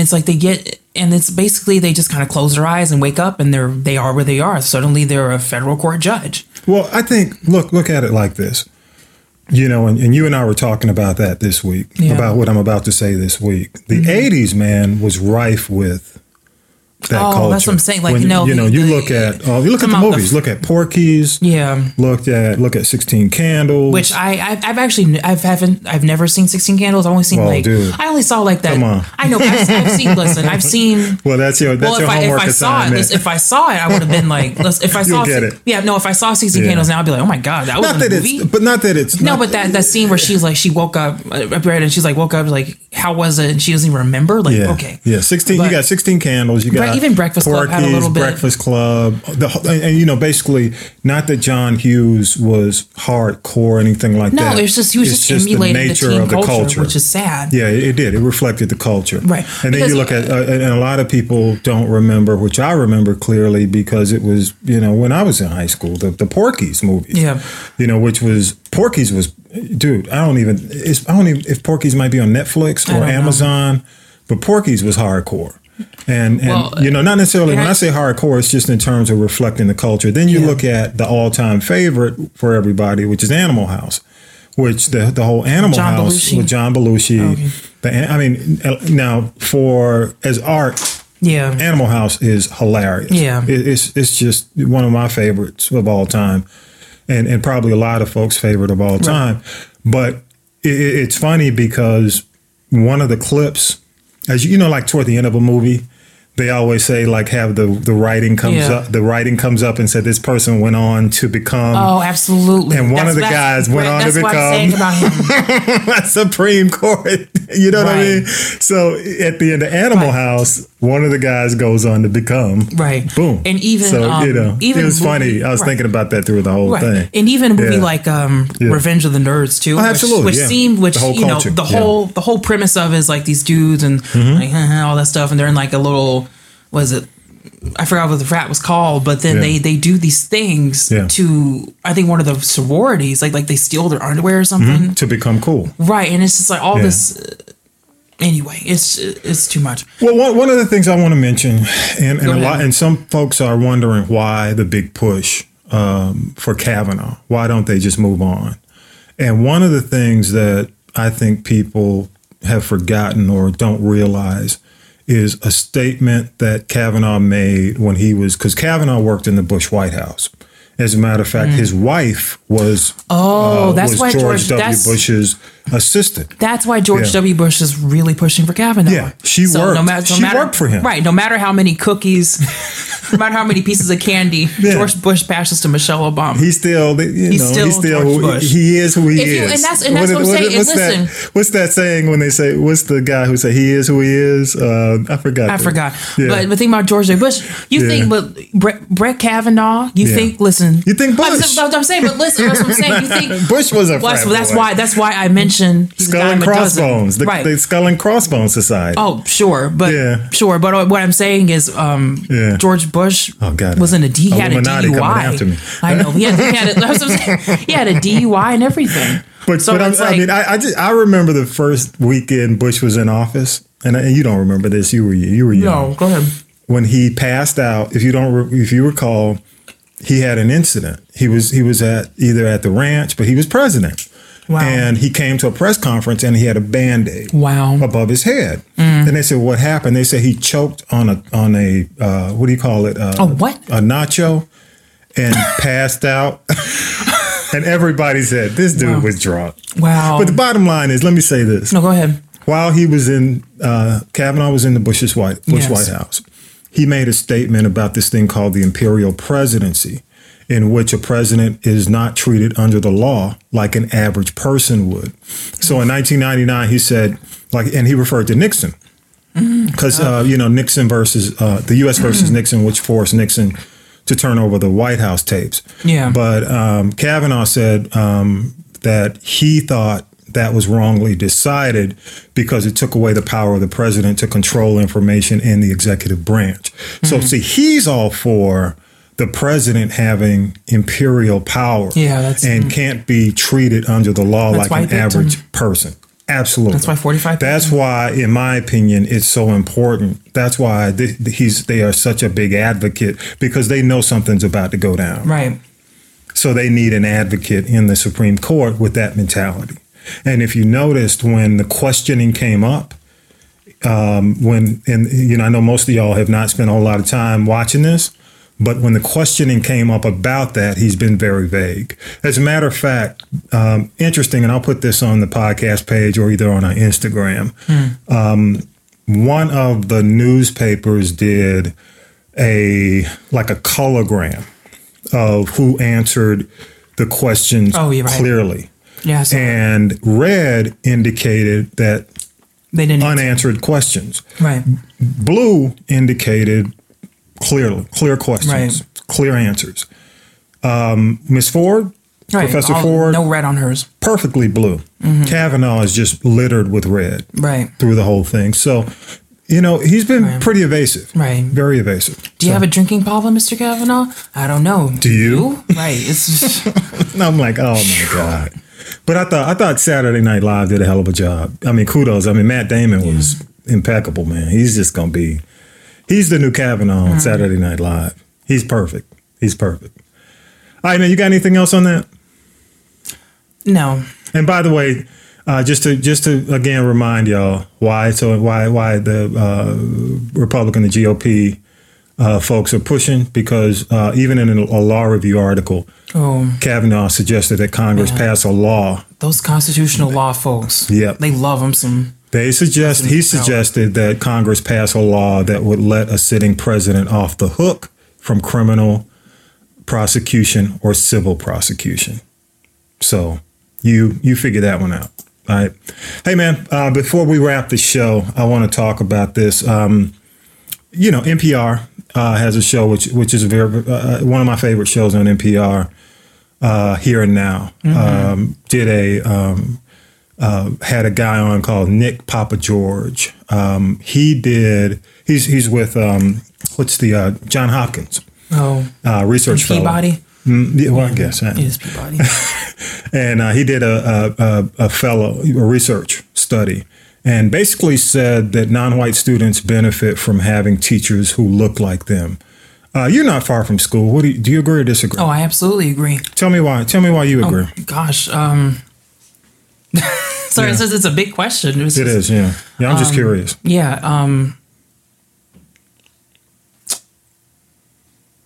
it's like they get, and it's basically they just kind of close their eyes and wake up, and they're they are where they are. Suddenly, they're a federal court judge. Well, I think look look at it like this. You know, and, and you and I were talking about that this week Yeah. Mm-hmm. about what I'm about to say this week. The '80s, man, was rife with that Oh, that's culture. what I'm saying, like, When, you know, you know, the- you the- look at uh, you look at come the out the movies. f- look at Porky's. Yeah. Looked at look at Sixteen Candles. Which I I've, I've actually I've haven't I've never seen Sixteen Candles. I've only seen Well, like dude. I only saw like that. Come on. I know. but I've, I've seen. Listen, I've seen. well, that's your that's well, your if I if homework I saw it, assignment. listen, if I saw it, I would have been like, listen, if I You'll saw, get it. yeah, no, if I saw Sixteen Yeah. Candles now, I'd be like, oh my god, that was not a that movie. it's but not that it's no, not- but that that scene where she's like, she woke up, uh, up right, and she's like, woke up, like, how was it? And she doesn't even remember. Like, Yeah. okay, Yeah. Sixteen. you But- got sixteen candles. You Bre- got even Breakfast Club had a Porky's, little bit. Breakfast Club. The whole- and, and, you know basically not that John Hughes was hardcore or anything like No, that. it's just he was It's just, emulating the, teen culture, which is sad. yeah, it it did. It reflected the culture. Right. And then you look Because- at, uh, and and a lot of people don't remember, which I remember clearly because it was, you know, when I was in high school, the, the Porky's movies. Yeah. You know, which was, Porky's was, dude, I don't even, it's, I don't even, if Porky's might be on Netflix I or don't know. Amazon, but Porky's was hardcore. And, and Well, you know, not necessarily when and I- I say hardcore, it's just in terms of reflecting the culture. Then you Yeah. look at the all time favorite for everybody, which is Animal House, which the, the whole Animal John House Belushi. Oh, with John Belushi. Okay. The an- I mean, uh, now for as art, Yeah. Animal House is hilarious. Yeah. It- it's it's just one of my favorites of all time, and and probably a lot of folks' favorite of all time. But i i it's funny because one of the clips, as you, you know, like toward the end of a movie. They always say like have the the writing comes Yeah. up the writing comes up and said this person went on to become Oh, absolutely. And one of the guys went on to that's what I'm saying become- about him. Supreme Court. You know what I Right. mean? So at the end of Animal Right. House, one of the guys goes on to become Right. Boom. And even, so you um, know, even it was movie- funny. I was right. thinking about that through the whole Right. thing. And even a movie Yeah. Oh, like um, Revenge of the Nerds too, which- absolutely, which, yeah. seemed which The whole you know culture, the yeah. Mm-hmm. whole the whole premise of is like these dudes and like, all that stuff, and they're in like a little was it. I forgot what the frat was called, but then Yeah. they they do these things Yeah. to I think one of the sororities, like like they steal their underwear or something, to become cool. right? And it's just like all Mm-hmm. Yeah. this. uh, Anyway, it's it's too much. Well, one, one of the things I want to mention, and, and Go a ahead. lot, and some folks are wondering why the big push um, for Kavanaugh. Why don't they just move on? And one of the things that I think people have forgotten or don't realize is a statement that Kavanaugh made when he was because Kavanaugh worked in the Bush White House. As a matter of fact, his wife was uh, Mm. Oh, that's was why George, George- W. that's- Bush's assistant. That's why George Yeah. W. Bush is really pushing for Kavanaugh. Yeah, she worked. She worked for him. Right. No matter how many cookies, no matter how many pieces of candy, Yeah. George Bush passes to Michelle Obama. He's still, you He's know, still he's still George who, Bush. he is who he If is. you- and that's- and that's what I'm saying, and What's listen. that? What's that saying when they say? What's the guy who say he is who he is? Uh, I forgot. I the- forgot. Yeah. But the thing about George W. Bush, you Yeah. think, but Brett, Brett Kavanaugh, you Yeah. think, listen. You think I'm, Bush. I'm, I'm saying, but listen, that's what I'm saying. You think. Bush was a Well, that's, frat that's boy. why. That's why I mentioned he's a Skull and dime a dozen. Crossbones, the, right? the Skull and Crossbones Society. oh, sure, but Yeah. sure, but what I'm saying is, um, Yeah. George Bush Oh, God. was in a D. He had a Illuminati coming DUI. after me. I know. He had, he, had a, that's what I'm saying. he had a DUI and everything. But, so but I, it's I like- mean, I I, just, I remember the first weekend Bush was in office, and, I, and you don't remember this. You were you were young. No, go ahead. when he passed out, if you don't, re- if you recall, he had an incident. He was he was at either at the ranch, but he was president. Wow. And he came to a press conference and he had a band aid Wow. above his head. Mm. And they said, "What happened?" They said he choked on a on a uh, what do you call it? Uh, A what? A nacho, and passed out. and everybody said this dude Wow. was drunk. Wow. But the bottom line is, let me say this: no, go ahead. while he was in uh, Kavanaugh was in the Bush's White Bush Yes. White House, he made a statement about this thing called the imperial presidency, in which a president is not treated under the law like an average person would. So in 1999, he said, like, and he referred to Nixon Mm. because uh, you know Nixon versus uh, the U.S. versus Nixon, which forced Nixon to turn over the White House tapes. Yeah. But um, Kavanaugh said um, that he thought that was wrongly decided because it took away the power of the president to control information in the executive branch. So Mm-hmm. see, he's all for. The president having imperial power Yeah, that's- mm. and can't be treated under the law That's like why I an picked him. average person. Absolutely. That's why 45 That's why, in my opinion, it's so important. That's why th- he's they are such a big advocate because they know something's about to go down. Right. So they need an advocate in the Supreme Court with that mentality. And if you noticed when the questioning came up, um, when and you know I know most of y'all have not spent a whole lot of time watching this, but when the questioning came up about that, he's been very vague. As a matter of fact, um, interesting, and I'll put this on the podcast page or either on our Instagram. Hmm. Um, one of the newspapers did a like a colorgram of who answered the questions Oh, you're right. clearly. Yes. And red indicated that they didn't. unanswered questions. right. Blue indicated clearly clear questions, Right. clear answers. Um, Miss Ford, Right. Professor All- Ford, No red on hers. perfectly blue. Mm-hmm. Kavanaugh is just littered with red Right. through the whole thing. So, you know, he's been pretty evasive. Right. Very evasive. Do you have a drinking problem, Mr. Kavanaugh? I don't know. Do you? Right. It's just, And I'm like, oh my god. But I thought I thought Saturday Night Live did a hell of a job. I mean, kudos. I mean, Matt Damon was impeccable, man. He's just gonna be. He's the new Kavanaugh on Saturday Night Live. He's perfect. He's perfect. All right, now you got anything else on that? no. And by the way, uh, just to just to again remind y'all why so why why the uh, Republican the GOP uh, folks are pushing because uh, even in a law review article, Oh, Kavanaugh suggested that Congress pass a law those constitutional law folks. Yep. They love them some. They suggest he suggested that Congress pass a law that would let a sitting president off the hook from criminal prosecution or civil prosecution. So you you figure that one out. All right. Hey man, uh, before we wrap the show, I want to talk about this. Um, you know, NPR uh, has a show which which is a very uh, one of my favorite shows on NPR. Uh, here and now um, did a um, had a guy on called Nick Papa George. Um, he did. He's he's with um, what's the uh, John Hopkins Oh. uh, research fellow. Peabody? Mm, yeah, well, I guess. yeah. It is Peabody. And uh, he did a, a, a, a fellow a research study, and basically said that non-white students benefit from having teachers who look like them. Uh, you're not far from school. What do you, do you agree or disagree? oh, I absolutely agree. Oh, Tell me why. Tell me why you agree. Gosh. Um. sorry, it's, just- it's a big question. It was it is. just- Yeah. Yeah. I'm just curious. Yeah. Um.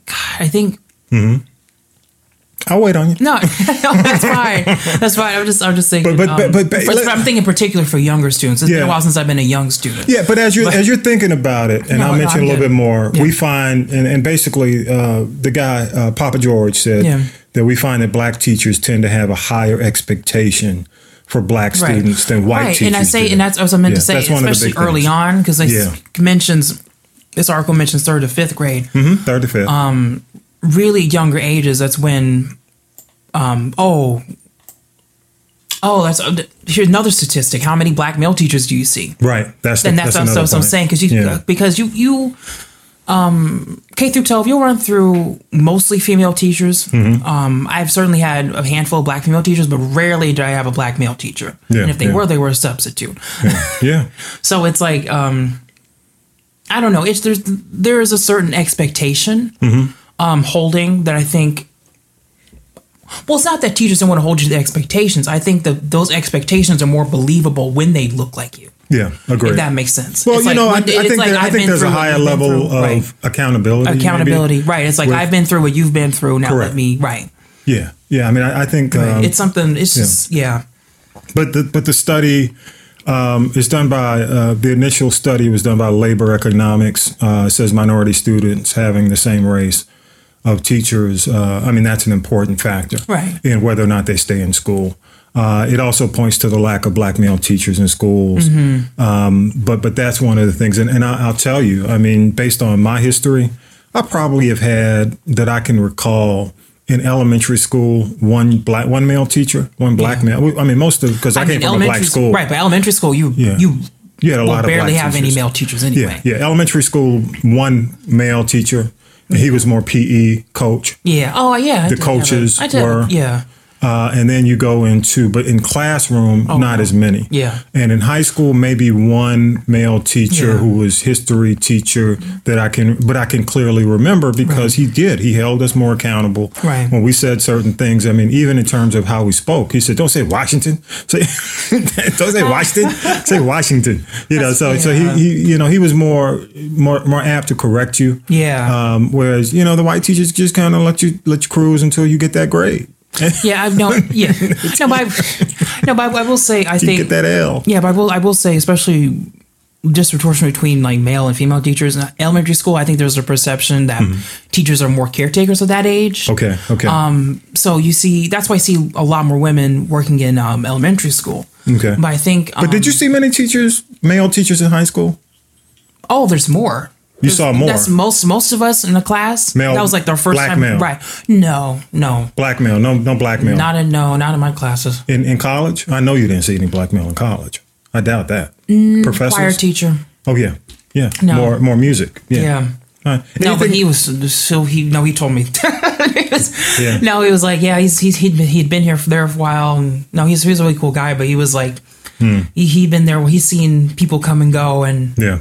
God, I think I'll wait on you. no, no, that's fine. That's fine. I'm just, I'm just thinking. But- but- um, but- but- for- let- I'm thinking particular for younger students. It's been Yeah. a while since I've been a young student. Yeah, but as you're as you're thinking about it, and No, I'll no, mention I'm a little good. bit more, Yeah. we find and, and basically uh, the guy uh, Papa George said Yeah. that we find that black teachers tend to have a higher expectation for black Right. students than white right. teachers. And I say, do. and that's what I meant Yeah, to say, that's one of the especially big early things. on, because like Yeah. mentions this article mentions third to fifth grade. Mhm, third to fifth. Um, really younger ages that's when um oh oh that's uh, here's another statistic how many black male teachers do you see right. That's the, and that's, another also what i'm point. saying because you Yeah. because you you um k through 12 you'll run through mostly female teachers Mm-hmm. um i've certainly had a handful of black female teachers but rarely did i have a black male teacher Yeah, and if they yeah. were they were a substitute yeah. so it's like um I don't know. It's there's there is a certain expectation Mm-hmm. um holding that I think well, it's not that teachers don't want to hold you to expectations. I think that those expectations are more believable when they look like you. Yeah. Agree. If that makes sense. well, It's you like know, I, when- I it's think like there, I I've think been there's a through what higher you've been level through, of right. accountability. maybe. accountability. Right. It's like with- I've been through what you've been through. Now Correct. let me right. Yeah. Yeah. I mean, I, I think um, it's something. It's yeah. just yeah. But the but the study um, is done by uh, the initial study was done by labor economics. Uh, it says minority students having the same race of teachers. Uh, I mean that's an important factor Right. in whether or not they stay in school. Uh, it also points to the lack of black male teachers in schools. Um, but but that's one of the things. And, and I, I'll tell you, I mean, based on my history, I probably have had that I can recall in elementary school one black one male teacher, one black male. I mean, most of because I, came from a elementary black school, school. right? But elementary school, you Yeah. you You had a will lot of barely black have teachers. any male teachers Yeah, anyway. yeah. Elementary school, one male teacher. He was more PE coach. Yeah. Oh, yeah. I The did have a- coaches I did, were- Yeah. Uh, and then you go into, but in classroom, not as many. Oh, Yeah. And in high school, maybe one male teacher Yeah. who was history teacher that I can, but I can clearly remember because he did. He held us more accountable. Right. When we said certain things, I mean, even in terms of how we spoke, he said, "Don't say Washington. Say, don't say Washington. say Washington." You know. So, so he, Oh. yeah. he, you know, he was more, more, more apt to correct you. Yeah. Um, whereas, you know, the white teachers just kind of let you let you cruise until you get that grade. yeah, I've no, yeah, no, but I, no, but I, I will say, I You think get that L. Yeah, but I will I will say, especially disproportion between like male and female teachers in elementary school, I think there's a perception that teachers are more caretakers of that age. Mm-hmm. Okay. Okay. Um, So you see, that's why I see a lot more women working in um, elementary school. okay. But I think, um, Mm. But did you see many teachers, male teachers in high school? Oh, there's more. You saw more That's most most of us in the class. Male- that was like their first black time, male. right? No, no, black male. No, no black male. not in no, not in my classes. in in college. I know you didn't see any black male in college. I doubt that. Professors. Choir teacher. oh yeah. Yeah. Mm, No. More more music. Yeah. Yeah. Huh. No, but Anything- he was so he no he told me Yeah. No, he was like, yeah, he's, he's he'd been, he'd been here for there for a while. And, no, he's he's a really cool guy, but he was like, Hmm. he he'd been there. He's seen people come and go and Yeah.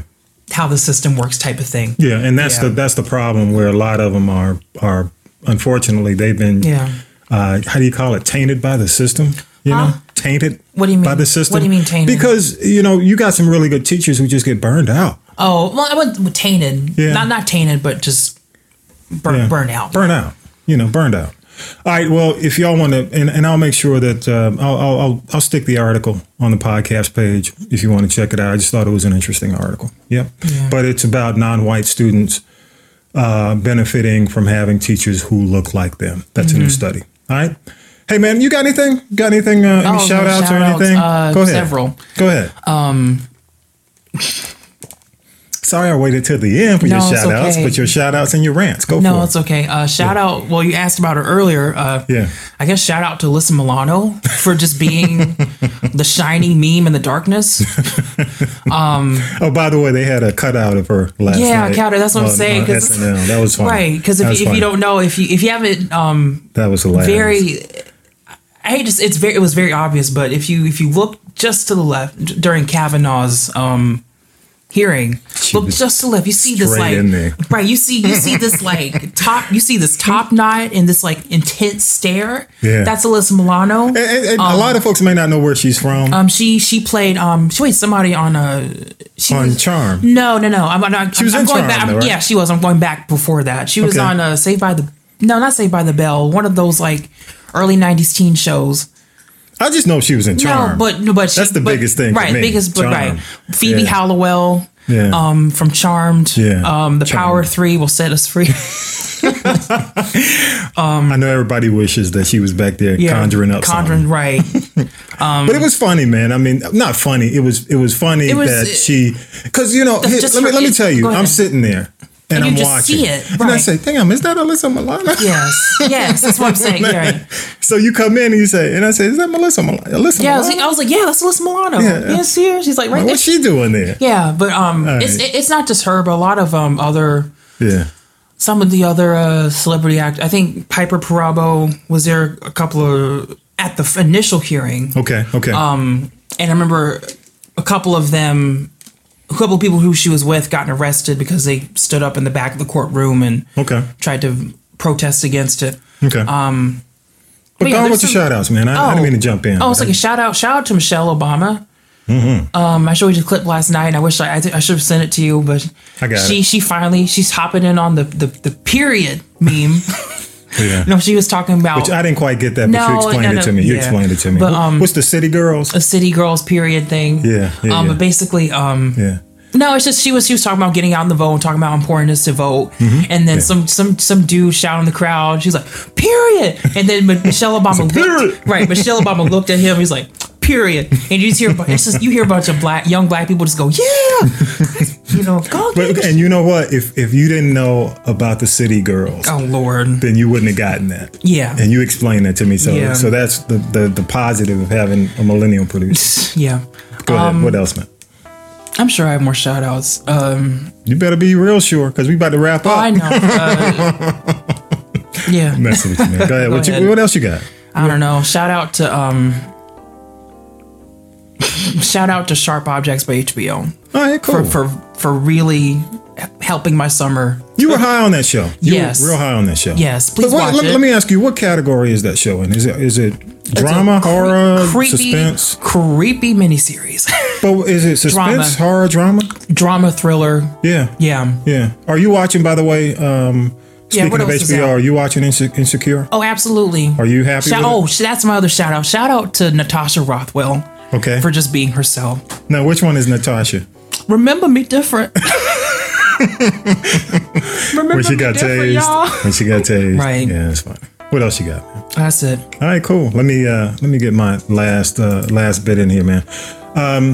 how the system works, type of thing. Yeah, and that's Yeah. the that's the problem where a lot of them are are unfortunately they've been Yeah. uh, how do you call it tainted by the system you know Huh? tainted What do you by mean? the system What do you mean tainted? because you know you got some really good teachers who just get burned out Oh, well, I went with tainted. Yeah. Not not tainted, but just burn Yeah. burn out. burn out you know burned out all right well if y'all want to and, and I'll make sure that um, I'll, I'll I'll I'll stick the article on the podcast page if you want to check it out I just thought it was an interesting article yep but it's about non-white students uh, benefiting from having teachers who look like them. That's Mm-hmm. a new study. All right. Hey man, you got anything? Got anything? Uh, any Oh, shout outs or shout-outs, anything? uh, Go ahead. several. Go ahead. Um. Sorry, I waited till the end for No, your it's shout outs, okay. but your shout outs and your rants. Go for No, it. it's okay. Uh, shout out. Well, you asked about her earlier. Uh, Yeah. I guess shout out to Alyssa Milano for just being the shining meme in the darkness. Oh, by the way, they had a cutout of her last Yeah, night. cutout, that's what I'm on- saying, on 'cause- SNL. That was funny. Right, because if, That was you- if funny. you don't know, if you if you haven't, um, that was hilarious. very, I hate to. s- It's very. It was very obvious, but if you if you look just to the left d- during Kavanaugh's um hearing, look was just to the left, you see this straight like in there. right. You see you see this like top. You see this top knot and this like intense stare. Yeah. that's Alyssa Milano. And, and- and a lot of folks may not know where she's from Um, she she played um she played somebody on a she on was- Charm. No, no, no. I'm, I'm, I'm, was I'm in going Charmed, back. I'm- though, right? Yeah, she was. I'm going back before that. She was Okay. on uh, Saved by the No, not Saved by the Bell. One of those like early '90s teen shows. I just know she was in Charm. No, but no, but she, That's the but- biggest thing for Right, me, biggest. But Charmed. right, Phoebe Yeah. Hallowell. Yeah. Um, from Charmed. Yeah, Um, the Power Charmed. of Three will set us free. I know everybody wishes that she was back there Yeah. conjuring up Conjuring. something. Right. But it was funny, man. I mean, not funny. It was it was funny It was- uh, that she because you know here, just let me her- let me it- tell you, go I'm ahead. sitting there and, And you I'm just watching, see it, and I right. say, "Damn, is that Alyssa Milano?" yes. Yes. That's what I'm saying. Right. so you come in and you say, and I say, "Is that Melissa Milano?" Alyssa Yeah. I was, Milano? like- I was like, yeah, that's Alyssa Milano. Yeah. Yeah. You see her? She's like right Like, there. what's she doing there? Yeah, but um, All it's right. it's not just her, but a lot of um other Yeah, some of the other uh, celebrity act. I think Piper Parabo was there a couple of at the f- initial hearing, okay, okay, Um, and I remember a couple of them, a couple of people who she was with, gotten arrested because they stood up in the back of the courtroom and okay, tried to protest against it. okay. Um, but go yeah, on there's with your some- shout outs, man. I, I Mm-hmm. didn't mean to jump in. Oh, it's like a shout out. Shout out to Michelle Obama. Um, I showed you the clip last night, and I wish I I, should have sent it to you, but I got she it. she finally she's hopping in on the the, the period meme. yeah. no, she was talking about Which I didn't quite get that, but you No, explained no, it no, to me. You yeah. explained it to me. But, Wh- um, What's the city girls? a city girls period thing. Yeah, yeah, um, yeah. but basically, um, Yeah. no, it's just she was she was talking about getting out in the vote and talking about how important it is to vote, Mm-hmm. and then some some some dude shouting in the crowd. She's like, period, and then Mi- Michelle Obama "Period." looked right. Michelle Obama looked at him. He's like. Period, and you just hear a bu- it's just you hear a bunch of black young black people just go yeah, you know go get But, it." and you know what? If if you didn't know about the city girls, oh lord then you wouldn't have gotten that. Yeah. And you explained that to me. So Yeah. so that's the, the the positive of having a millennial producer. yeah, Go um, ahead. What else, man? I'm sure I have more shout outs. Um, You better be real sure because we about to wrap oh, up. I know. Uh, yeah, Messing with you, man. Go ahead. Go what, you- ahead. what else you got? I don't know. Shout out to um, shout out to Sharp Objects by HBO All right, Oh, cool. for for for really helping my summer. you were high on that show. You Yes. were real high on that show. Yes, But please what- watch let, it. let me ask you, what category is that show in? Is it is it drama, Cre- horror, creepy, suspense? creepy miniseries, But is it suspense, Drama. horror, drama? drama thriller. Yeah. Yeah. Yeah. Are you watching, by the way? Um, Yeah, speaking what of else is HBO, out? are you watching Inse- Insecure? Oh, absolutely. Are you happy Shout- with it? oh, sh- that's my other shout out. Shout out to Natasha Rothwell Okay. oh, for just being herself. now, which one is Natasha? Remember me different. Remember When she got tased. When she got tased. Right. Yeah, that's fine. What else you got? That's it. All right, cool. Let me uh, let me get my last uh, last bit in here, man. Um,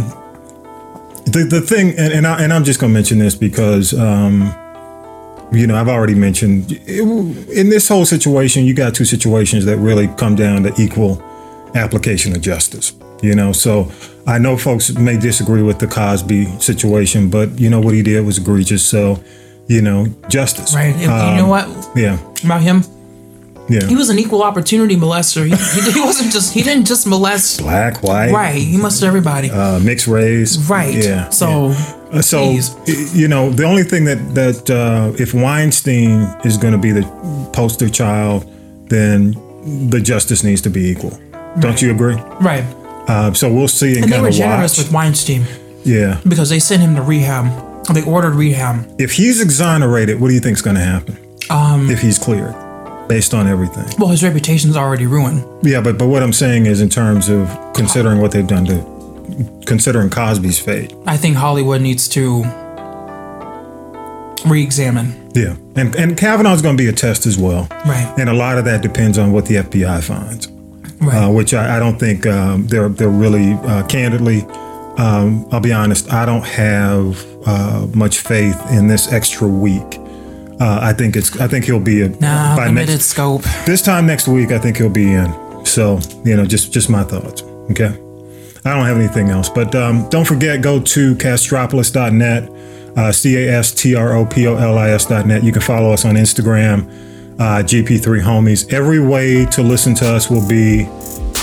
the the thing, and and, I, and I'm just gonna mention this because um, you know I've already mentioned in this whole situation, you got two situations that really come down to equal application of justice. You know, so I know folks may disagree with the Cosby situation, but you know what he did was egregious. So, you know, justice. Right. You Um, know what? Yeah. About him, Yeah. he was an equal opportunity molester. He, he wasn't just. He didn't just molest. black, white, Right. He molested everybody. uh, mixed race. Right. Yeah. So, yeah. Uh, so please. y- you know, the only thing that that uh, if Weinstein is going to be the poster child, then the justice needs to be equal. Don't you agree? Right. Uh, so we'll see and, And they kind were of generous watch. with Weinstein yeah. because they sent him to rehab. They ordered rehab. If he's exonerated, what do you think's going to happen? Um, if he's cleared, based on everything. Well, his reputation's already ruined. Yeah, but but what I'm saying is in terms of considering what they've done to considering Cosby's fate. I think Hollywood needs to re-examine. Yeah, and and Kavanaugh's going to be a test as well. Right. And a lot of that depends on what the FBI finds, Right. uh, which I, I don't think um, they're they're really uh, candidly. Um, I'll be honest. I don't have uh, much faith in this extra week. Uh, I think it's. I think he'll be a, nah, by limited next scope. this time next week. I think he'll be in. So you know, just just my thoughts. Okay. I don't have anything else, but um, don't forget go to castropolis.net, uh, c a s t r o p o l i s dot net. You can follow us on Instagram, uh, GP3 Homies. Every way to listen to us will be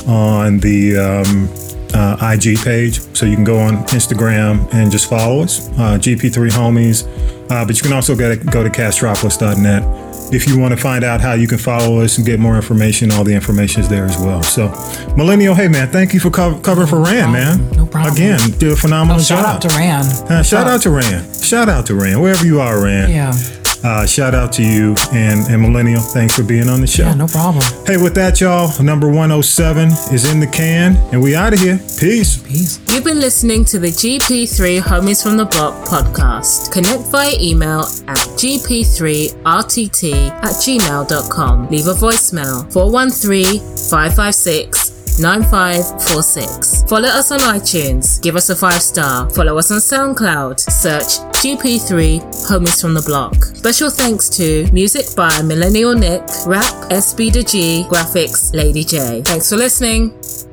on the um, uh, IG page. So you can go on Instagram and just follow us, uh, GP3 Homies. Uh, but you can also go to, go to castropolis.net if you want to find out how you can follow us and get more information. All the information is there as well. So, Millennial, hey man, thank you for cov- covering for Rand, man. No problem. Again, do a phenomenal Oh, shout job. out to Rand. Uh, shout out to Rand. Shout out to Rand, wherever you are, Rand. Yeah. Uh, shout out to you and, and Millennial. Thanks for being on the show. Yeah, no problem. Hey, with that, y'all, number 107 is in the can, and we out of here. Peace. Peace. You've been listening to the GP3 Homies from the Block podcast. Connect via email at gp3rtt at gmail.com. Leave a voicemail 413 556 9546. Follow us on iTunes. Give us a five star. Follow us on SoundCloud. Search GP3 Homies from the Block. Special thanks to music by Millennial Nick, rap SB2G, graphics Lady J. Thanks for listening.